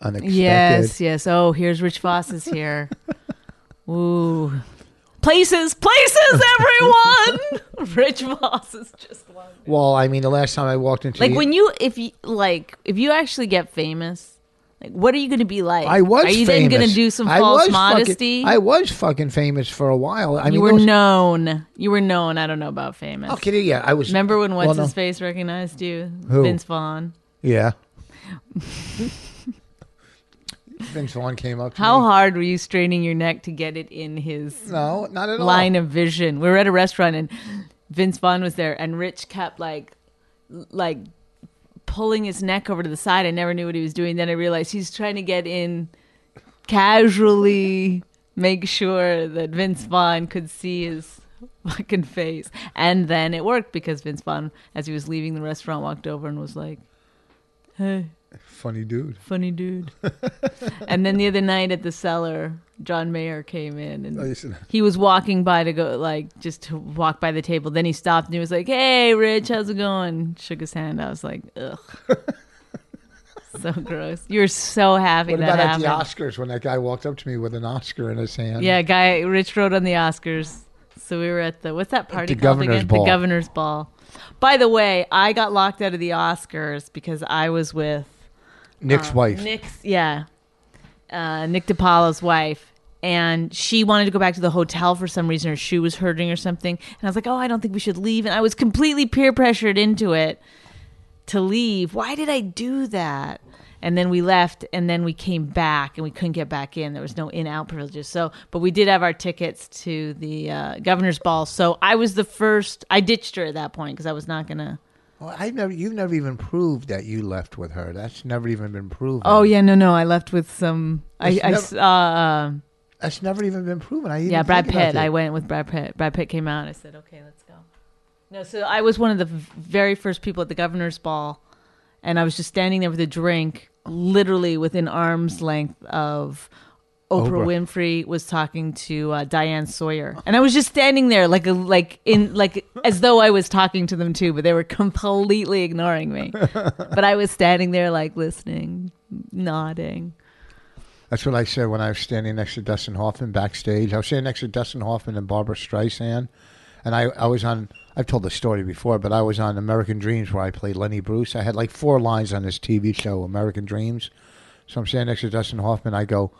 Speaker 5: unexpected.
Speaker 6: Yes, yes. Oh, here's Rich Voss is here. (laughs) Ooh. Places,
Speaker 5: (laughs)
Speaker 6: places, everyone. (laughs) Rich Voss is just one.
Speaker 5: Well, I mean, the last time I walked into
Speaker 6: Like
Speaker 5: the-
Speaker 6: when you if you like if you actually get famous, like what are you going to be like?
Speaker 5: I was.
Speaker 6: Are you
Speaker 5: famous.
Speaker 6: then going to do some
Speaker 5: I
Speaker 6: false
Speaker 5: was
Speaker 6: modesty?
Speaker 5: Fucking, I was fucking famous for a while. I mean,
Speaker 6: you were
Speaker 5: those-
Speaker 6: known. You were known. I don't know about famous.
Speaker 5: Okay, yeah, I was.
Speaker 6: Remember when
Speaker 5: well,
Speaker 6: what's
Speaker 5: no.
Speaker 6: his face recognized you?
Speaker 5: Who?
Speaker 6: Vince Vaughn. (laughs)
Speaker 5: Yeah. Vince Vaughn came up. To
Speaker 6: How
Speaker 5: me.
Speaker 6: hard were you straining your neck to get it in his
Speaker 5: No, not at all.
Speaker 6: line of vision? We were at a restaurant and Vince Vaughn was there, and Rich kept like, like pulling his neck over to the side. I never knew what he was doing. Then I realized he's trying to get in casually, make sure that Vince Vaughn could see his fucking face. And then it worked because Vince Vaughn, as he was leaving the restaurant, walked over and was like, "Hey."
Speaker 5: Funny dude.
Speaker 6: funny
Speaker 5: (laughs)
Speaker 6: dude. and then the other night at the cellar, John Mayer came in
Speaker 5: I
Speaker 6: and
Speaker 5: used to-
Speaker 6: he was walking by to go like just to walk by the table. Then he stopped and he was like, "Hey, Rich, how's it going?" Shook his hand. I was like, "Ugh."
Speaker 5: (laughs)
Speaker 6: so gross. You're so happy
Speaker 5: What
Speaker 6: that
Speaker 5: about at
Speaker 6: happened.
Speaker 5: the Oscars when that guy walked up to me with an Oscar in his hand?
Speaker 6: Yeah, guy Rich wrote on the Oscars. So we were at the what's that party
Speaker 5: the
Speaker 6: called
Speaker 5: Governor's
Speaker 6: again?
Speaker 5: Ball.
Speaker 6: The Governor's Ball. By the way, I got locked out of the Oscars because I was with
Speaker 5: Nick's
Speaker 6: uh,
Speaker 5: wife.
Speaker 6: Nick's yeah, uh, Nick DiPaolo's wife, and she wanted to go back to the hotel for some reason. Her shoe was hurting or something, and I was like, "Oh, I don't think we should leave." And I was completely peer pressured into it to leave. Why did I do that? And then we left, and then we came back, and we couldn't get back in. There was no in-out privileges. So, but we did have our tickets to the uh, governor's ball. So I was the first. I ditched her at that point because I was not gonna.
Speaker 5: Well, I've never. You've never even proved that you left with her. That's never even been proven.
Speaker 6: Oh yeah, no, no. I left with some. I,
Speaker 5: It's
Speaker 6: I
Speaker 5: never-
Speaker 6: saw. Um,
Speaker 5: That's never even been proven. I didn't
Speaker 6: Yeah,
Speaker 5: even
Speaker 6: Brad
Speaker 5: think about
Speaker 6: Pitt.
Speaker 5: that.
Speaker 6: I went with Brad Pitt. Brad Pitt came out. I said, "Okay, let's go." No, so I was one of the v- very first people at the governor's ball, and I was just standing there with a drink, literally within arm's length of Oprah,
Speaker 5: Oprah.
Speaker 6: Winfrey was talking to uh, Diane Sawyer, and I was just standing there like a like in like as though I was talking to them too, but they were completely ignoring
Speaker 5: (laughs)
Speaker 6: me. but I was standing there like listening, nodding.
Speaker 5: That's what I said when I was standing next to Dustin Hoffman backstage. I was standing next to Dustin Hoffman and Barbara Streisand, and I, I was on. I've told the story before, but I was on American Dreams where I played Lenny Bruce. I had like four lines on this TV show, American Dreams. So I'm standing next to Dustin Hoffman. I go,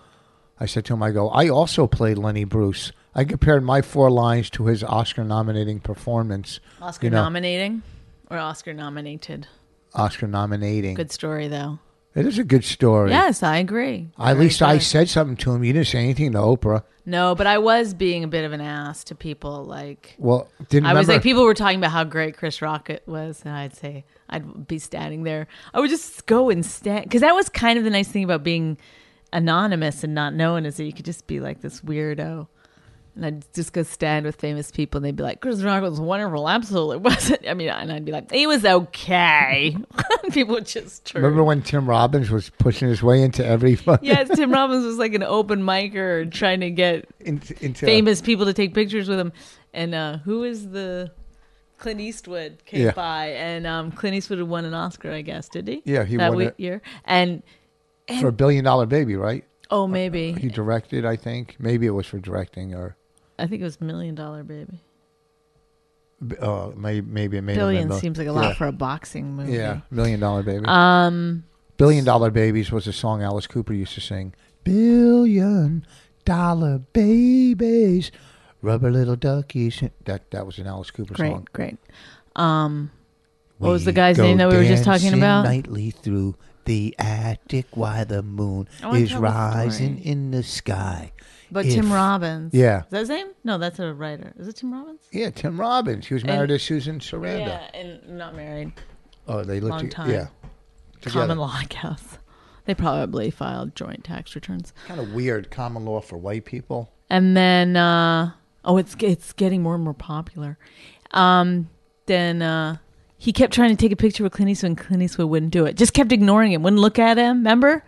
Speaker 5: I said to him, I go, I also played Lenny Bruce. I compared my four lines to his Oscar-nominating performance. you
Speaker 6: Oscar
Speaker 5: know,
Speaker 6: nominating or Oscar nominated.
Speaker 5: Oscar-nominating.
Speaker 6: Good story though.
Speaker 5: It is a good story.
Speaker 6: Yes, I agree.
Speaker 5: At
Speaker 6: Very
Speaker 5: least I
Speaker 6: good.
Speaker 5: said something to him. You didn't say anything to Oprah.
Speaker 6: No, but I was being a bit of an ass to people. Like
Speaker 5: Well, didn't
Speaker 6: I was
Speaker 5: remember-
Speaker 6: like, people were talking about how great Chris Rock it was, and I'd say I'd be standing there. I would just go and stand because that was kind of the nice thing about being anonymous and not known is that you could just be like this weirdo. And I'd just go stand with famous people, and they'd be like, "Chris Rock was wonderful, absolutely (laughs) wasn't." I mean, and I'd be like, "He was okay." (laughs) people would just turn.
Speaker 5: Remember when Tim Robbins was pushing his way into every (laughs) fucking
Speaker 6: yes, Tim Robbins was like an open micer trying to get
Speaker 5: into, into
Speaker 6: famous people to take pictures with him. And uh, who is the Clint Eastwood came
Speaker 5: Yeah.
Speaker 6: by, and um, Clint Eastwood had won an Oscar, I guess, did he?
Speaker 5: Yeah, he
Speaker 6: that
Speaker 5: won
Speaker 6: we-
Speaker 5: it.
Speaker 6: year. And
Speaker 5: for a billion dollar baby, right?
Speaker 6: oh, maybe
Speaker 5: Uh, He directed, I think. Maybe it was for directing, or
Speaker 6: I think it was Million Dollar Baby.
Speaker 5: uh, may, maybe it made
Speaker 6: Billion
Speaker 5: him in the-
Speaker 6: seems like a lot
Speaker 5: Yeah.
Speaker 6: for a boxing movie.
Speaker 5: yeah, million dollar baby.
Speaker 6: Um.
Speaker 5: billion dollar babies was a song Alice Cooper used to sing. Billion dollar babies, rubber little duckies. That that was an Alice Cooper
Speaker 6: Great.
Speaker 5: song.
Speaker 6: Great. Um. What was the
Speaker 5: We
Speaker 6: guy's
Speaker 5: go
Speaker 6: name that we were just talking
Speaker 5: dancing
Speaker 6: about?
Speaker 5: Nightly through the attic, while the moon
Speaker 6: I wanna
Speaker 5: is
Speaker 6: tell the
Speaker 5: rising
Speaker 6: story.
Speaker 5: in the sky.
Speaker 6: But
Speaker 5: If-
Speaker 6: Tim Robbins.
Speaker 5: Yeah.
Speaker 6: Is that his name? No, that's a writer. Is it Tim Robbins?
Speaker 5: Yeah, Tim Robbins. He was married
Speaker 6: And-
Speaker 5: to Susan Sarandon.
Speaker 6: Yeah, and not married.
Speaker 5: Oh, they lived
Speaker 6: Long
Speaker 5: to-
Speaker 6: time.
Speaker 5: Yeah,
Speaker 6: Common law, I guess. They probably filed joint tax returns.
Speaker 5: Kind of weird common law for white people.
Speaker 6: and then uh, oh, it's it's getting more and more popular. Um, then uh, he kept trying to take a picture with Clint Eastwood, and Clint Eastwood wouldn't do it. Just kept ignoring him, wouldn't look at him. Remember?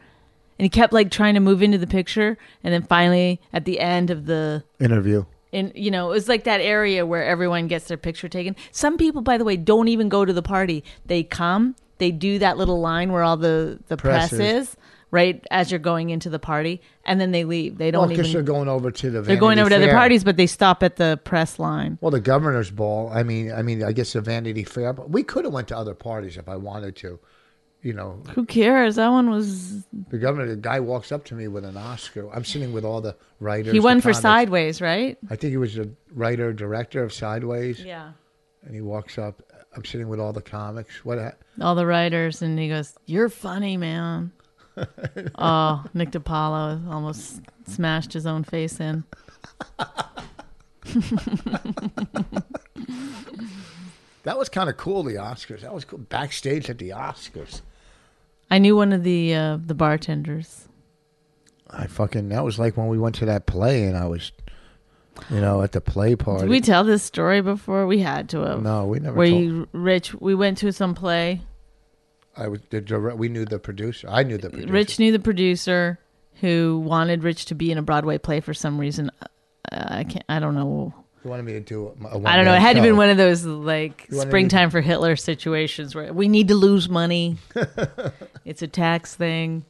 Speaker 6: And he kept like trying to move into the picture, and then finally at the end of the
Speaker 5: interview.
Speaker 6: in you know it was like that area where everyone gets their picture taken some people by the way don't even go to the party they come they do that little line where all the the press,
Speaker 5: Press
Speaker 6: is.
Speaker 5: is.
Speaker 6: right as you're going into the party and then they leave they
Speaker 5: Well,
Speaker 6: don't
Speaker 5: because
Speaker 6: even
Speaker 5: Oh, they're going over to the.
Speaker 6: they're going
Speaker 5: Vanity
Speaker 6: over to other
Speaker 5: Fair.
Speaker 6: parties but they stop at the press line
Speaker 5: Well, the governor's ball. I mean, I mean, I guess the Vanity Fair. But we could have went to other parties if I wanted to. You know,
Speaker 6: who cares that one was
Speaker 5: the governor, the guy walks up to me with an Oscar. I'm sitting with all the writers.
Speaker 6: he
Speaker 5: the
Speaker 6: won for
Speaker 5: comics.
Speaker 6: sideways right
Speaker 5: I think he was the writer director of Sideways,
Speaker 6: yeah
Speaker 5: and he walks up. I'm sitting with all the comics. What? ha-
Speaker 6: all the writers and he goes you're funny
Speaker 5: (laughs)
Speaker 6: man oh nick DiPaolo almost smashed his own face in
Speaker 5: That was kind of cool. The Oscars. That was cool. Backstage at the Oscars.
Speaker 6: I knew one of the uh, the bartenders.
Speaker 5: I fucking. That was like when we went to that play, and I was, you know, at the play party.
Speaker 6: Did we tell this story before? We had to have.
Speaker 5: no, we never.
Speaker 6: Were
Speaker 5: told-
Speaker 6: you rich? We went to some play.
Speaker 5: I was the direct. We knew the producer. I knew the producer.
Speaker 6: Rich knew the producer who wanted Rich to be in a Broadway play for some reason. Uh, I can't. I don't know.
Speaker 5: He wanted me to do. A a
Speaker 6: I don't know. It had to
Speaker 5: one-man
Speaker 6: have been
Speaker 5: show.
Speaker 6: one of those like
Speaker 5: wanted me-
Speaker 6: springtime for Hitler situations where we need to lose
Speaker 5: (laughs)
Speaker 6: money. it's a tax thing.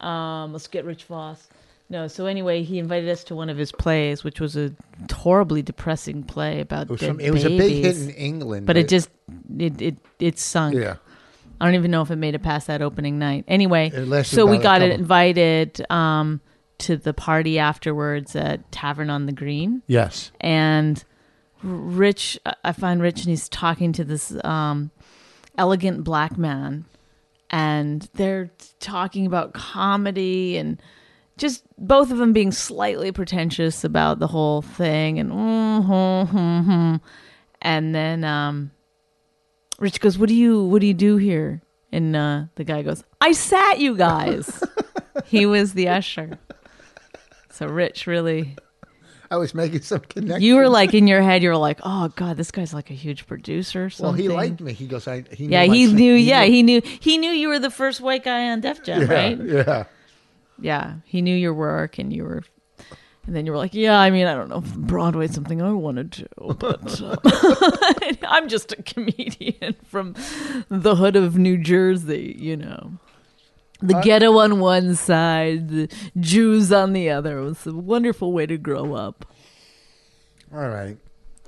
Speaker 6: Um, let's get Rich Voss. No, so anyway, he invited us to one of his plays, which was a horribly depressing play about
Speaker 5: It was,
Speaker 6: dead
Speaker 5: some- it was a big hit
Speaker 6: babies.
Speaker 5: in England,
Speaker 6: but it just it it it sunk.
Speaker 5: yeah.
Speaker 6: I don't even know if it made it past that opening night. Anyway,
Speaker 5: It lasted
Speaker 6: so we
Speaker 5: about a
Speaker 6: got
Speaker 5: couple-
Speaker 6: invited um, to the party afterwards at Tavern on the Green,
Speaker 5: Yes.
Speaker 6: and R- Rich, I- I find Rich, and he's talking to this um, elegant black man, and they're talking about comedy and just both of them being slightly pretentious about the whole thing, and (laughs) and then um, Rich goes, "What do you What do you do here?" And uh, the guy goes, "I sat you guys." he was the usher. So Rich really,
Speaker 5: I was making some connection.
Speaker 6: you were like in your head, you were like, "Oh God, this guy's like a huge producer." or
Speaker 5: well,
Speaker 6: Something.
Speaker 5: he liked me. He goes, I. He
Speaker 6: Yeah,
Speaker 5: knew my
Speaker 6: he
Speaker 5: sing-
Speaker 6: knew. Yeah, he knew. He knew you were the first white guy on Def Jam, right?
Speaker 5: Yeah.
Speaker 6: yeah he knew your work and you were and then you were like yeah i mean i don't know if broadway's something i want to do
Speaker 5: (laughs)
Speaker 6: but um, (laughs) i'm just a comedian from the hood of new jersey you know
Speaker 5: Uh,
Speaker 6: the ghetto on one side the jews on the other it was a wonderful way to grow up
Speaker 5: All right.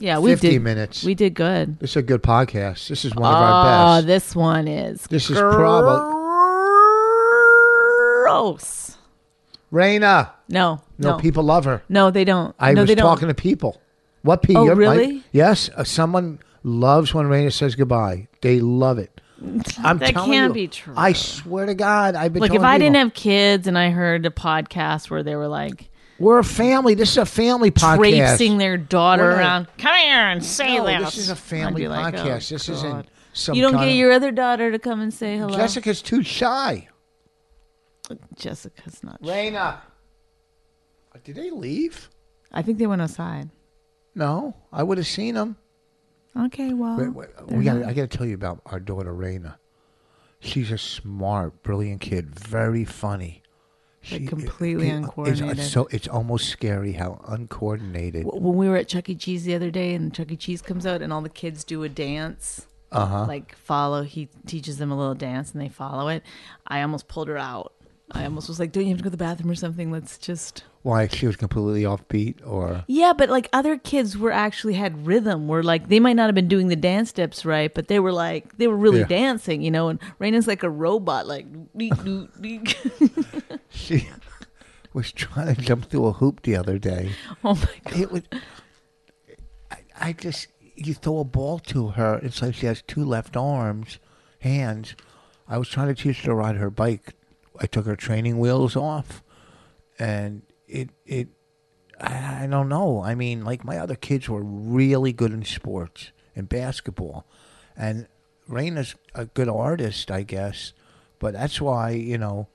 Speaker 6: yeah we
Speaker 5: 50
Speaker 6: did
Speaker 5: minutes.
Speaker 6: we did good
Speaker 5: This is a good podcast. This is one of
Speaker 6: oh
Speaker 5: our best.
Speaker 6: this one is
Speaker 5: This is probably
Speaker 6: gross
Speaker 5: Raina.
Speaker 6: no
Speaker 5: No,
Speaker 6: no no,
Speaker 5: people love her.
Speaker 6: they don't
Speaker 5: I
Speaker 6: no
Speaker 5: was
Speaker 6: they don't
Speaker 5: talking to people. What people?
Speaker 6: Oh, really?
Speaker 5: yes, uh, someone loves when Raina says goodbye. They love
Speaker 6: (laughs)
Speaker 5: it. I'm
Speaker 6: That
Speaker 5: telling
Speaker 6: can't
Speaker 5: you,
Speaker 6: be true.
Speaker 5: I swear to God, I've been.
Speaker 6: Look, if
Speaker 5: telling
Speaker 6: I
Speaker 5: people,
Speaker 6: didn't have kids and I heard a podcast where they were like
Speaker 5: we're a family. This is a family podcast.
Speaker 6: traipsing their daughter
Speaker 5: We're not-
Speaker 6: around, come here and say
Speaker 5: No,
Speaker 6: that.
Speaker 5: this is a
Speaker 6: I'd
Speaker 5: family
Speaker 6: be like, oh,
Speaker 5: podcast. this isn't
Speaker 6: God.
Speaker 5: some.
Speaker 6: You don't
Speaker 5: kind
Speaker 6: get
Speaker 5: of-
Speaker 6: your other daughter to come and say hello.
Speaker 5: Jessica's too shy.
Speaker 6: Jessica's not.
Speaker 5: Raina. Did they leave?
Speaker 6: I think they went outside.
Speaker 5: No, I would have seen them.
Speaker 6: Okay, well,
Speaker 5: Wait, wait, we got. I got to tell you about our daughter Raina. She's a smart, brilliant kid. Very funny. She uh,
Speaker 6: completely
Speaker 5: it's-
Speaker 6: uncoordinated.
Speaker 5: It's, so it's almost scary how uncoordinated.
Speaker 6: W- when we were at Chuck E. Cheese the other day, and Chuck E. Cheese comes out, and all the kids do a dance, uh-huh. like follow. He teaches them a little dance, and they follow it. I almost pulled her out. I almost was like, "Don't you have to go to the bathroom or something? Let's just."
Speaker 5: Why she was completely offbeat, or
Speaker 6: Yeah, but like other kids were actually had rhythm. Were like they might not have been doing the dance steps right, but they were like they were really
Speaker 5: Yeah.
Speaker 6: dancing, you know. And Raina's like a robot,
Speaker 5: (laughs)
Speaker 6: like (laughs) oh deek, doot, deek.
Speaker 5: she (laughs) was trying to jump through a hoop the other day.
Speaker 6: oh my god!
Speaker 5: It would. I, I just you throw a ball to her. It's like she has two left arms, hands. I was trying to teach her to ride her bike. I took her training wheels off, and it it. I, I don't know. I mean, like my other kids were really good in sports and basketball, and Raina's a good artist, I guess. But that's why you know.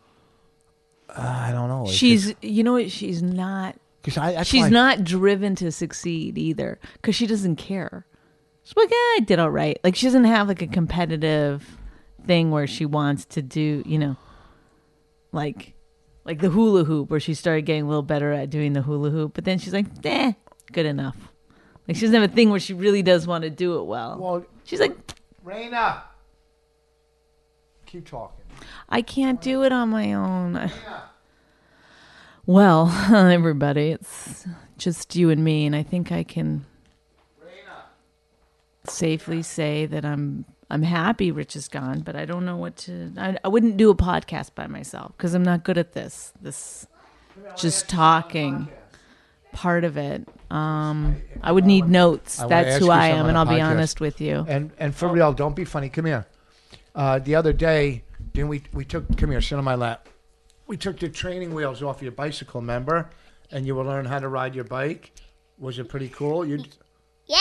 Speaker 5: I don't know.
Speaker 6: She's you know what? She's not
Speaker 5: because I that's
Speaker 6: she's
Speaker 5: why-
Speaker 6: not driven to succeed either because she doesn't care. She's like, yeah, I did all right. Like she doesn't have like a competitive thing where she wants to do, you know, like like the hula hoop where she started getting a little better at doing the hula hoop, but then she's like, eh, good enough. Like she doesn't have a thing where she really does want to do it well.
Speaker 5: Well-
Speaker 6: she's like,
Speaker 5: Raina, keep talking.
Speaker 6: I can't do it on my own. Well, (laughs) everybody, it's just you and me, and I think I can safely say that I'm I'm happy Rich is gone, but I don't know what to. I, I wouldn't do a podcast by myself because I'm not good at this. This just talking part of it. Um, I would need notes.
Speaker 5: I wanna
Speaker 6: That's
Speaker 5: ask
Speaker 6: who
Speaker 5: you
Speaker 6: I am,
Speaker 5: something
Speaker 6: and I'll
Speaker 5: on a
Speaker 6: be
Speaker 5: podcast.
Speaker 6: honest with you.
Speaker 5: And and for real, don't be funny. Come here. Uh, the other day, didn't we? We took. Come here. Sit on my lap. We took the training wheels off your bicycle, member, and you will learn how to ride your bike. Was it pretty cool? You.
Speaker 9: Yeah.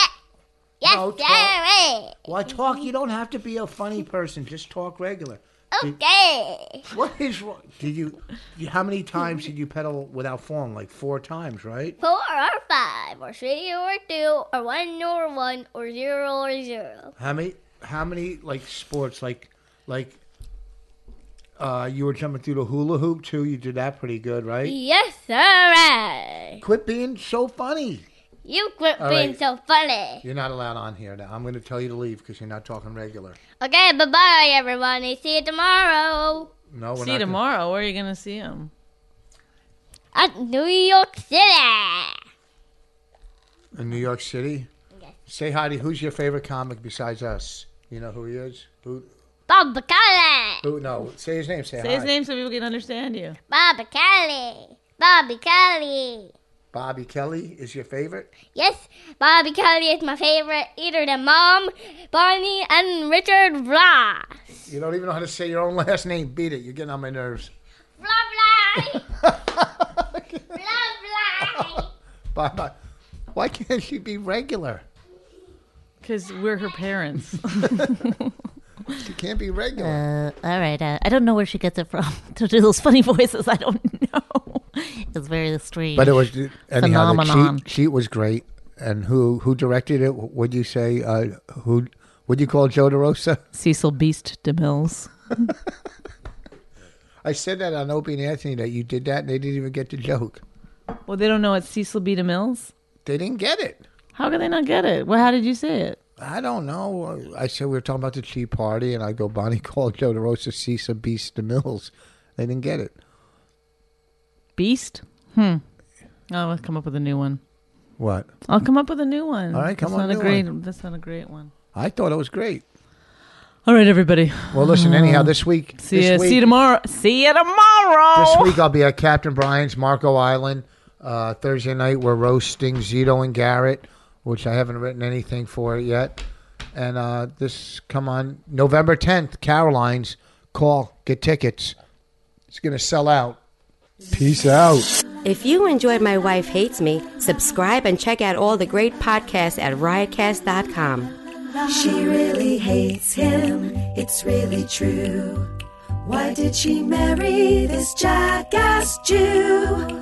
Speaker 9: Yes, eh.
Speaker 5: No,
Speaker 9: Jerry.
Speaker 5: Why talk? You don't have to be a funny person. Just talk regular.
Speaker 9: Okay.
Speaker 5: What is wrong? Did you, you? How many times did you pedal without falling? Like four times, right?
Speaker 9: Four or five, or three or two, or one or one, or zero or zero.
Speaker 5: How many? How many like sports? Like, like. Uh, you were jumping through the hula hoop too. You did that pretty good, right?
Speaker 9: Yes, sir. eh.
Speaker 5: Quit being so funny.
Speaker 9: You quit
Speaker 5: All
Speaker 9: being
Speaker 5: right.
Speaker 9: so funny.
Speaker 5: You're not allowed on here now. I'm going to tell you to leave because you're not talking regular.
Speaker 9: Okay, bye bye, everybody. See you tomorrow
Speaker 5: No, we're
Speaker 6: See
Speaker 5: not
Speaker 6: you
Speaker 5: gonna-
Speaker 6: tomorrow. Where are you gonna see him?
Speaker 9: at New York City.
Speaker 5: in New York City. Say hi to who's your favorite comic besides us? You know who he is? Who?
Speaker 9: Bob Kelly.
Speaker 5: Who? No, say his name. Say,
Speaker 6: Say
Speaker 5: hi.
Speaker 6: his name so people can understand you.
Speaker 9: Bob Kelly. Bobby Kelly.
Speaker 5: Bobby Kelly is your favorite.
Speaker 9: Yes, Bobby Kelly is my favorite. Either the mom, Barney, and Richard Blah.
Speaker 5: You don't even know how to say your own (laughs) last name. Beat it. You're getting on my nerves. (laughs)
Speaker 9: Blah blah. (laughs) blah blah.
Speaker 5: Bye bye. Why can't she be regular?
Speaker 6: Because we're her (laughs) parents.
Speaker 5: She can't be regular.
Speaker 7: Uh, all right. Uh, I don't know where she gets it from (laughs) to do those funny voices. I don't (laughs) know. It's very strange.
Speaker 5: But it was anyhow. The
Speaker 7: Phenomenon.
Speaker 5: cheat, cheat was great. And who who directed it? Would you say uh, who? Would you call Joe DeRosa? (laughs)
Speaker 6: Cecil Beast DeMills.
Speaker 5: I said that on Opie and Anthony that you did that, and they didn't even get the joke.
Speaker 6: Well, they don't know it's Cecil B. DeMills.
Speaker 5: They didn't get it.
Speaker 6: How could they not get it? Well, how did you say it?
Speaker 5: I don't know. I said we were talking about the cheat party, and I go, Bonnie (laughs) called Joe DeRosa, Cecil Beast the Mills. They didn't get it.
Speaker 6: Beast? Hmm. I'll come up with a new one.
Speaker 5: What?
Speaker 6: I'll come up with a new one.
Speaker 5: All right, come
Speaker 6: that's
Speaker 5: on,
Speaker 6: Not a
Speaker 5: new
Speaker 6: great, That's not a great one.
Speaker 5: I thought it was great.
Speaker 6: All right, everybody.
Speaker 5: Well, listen, anyhow, this week.
Speaker 6: See
Speaker 5: this
Speaker 6: you.
Speaker 5: week,
Speaker 6: See you tomorrow. See you tomorrow.
Speaker 5: This week I'll be at Captain Brian's Marco Island. Uh, Thursday night we're roasting Zito and Garrett, which I haven't written anything for it yet. And uh, this come on November tenth, Caroline's. Call, get tickets. It's gonna sell out. Peace out.
Speaker 1: If you enjoyed My Wife Hates Me, subscribe and check out all the great podcasts at riotcast.com.
Speaker 4: She really hates him, it's really true. Why did she marry this jackass Jew?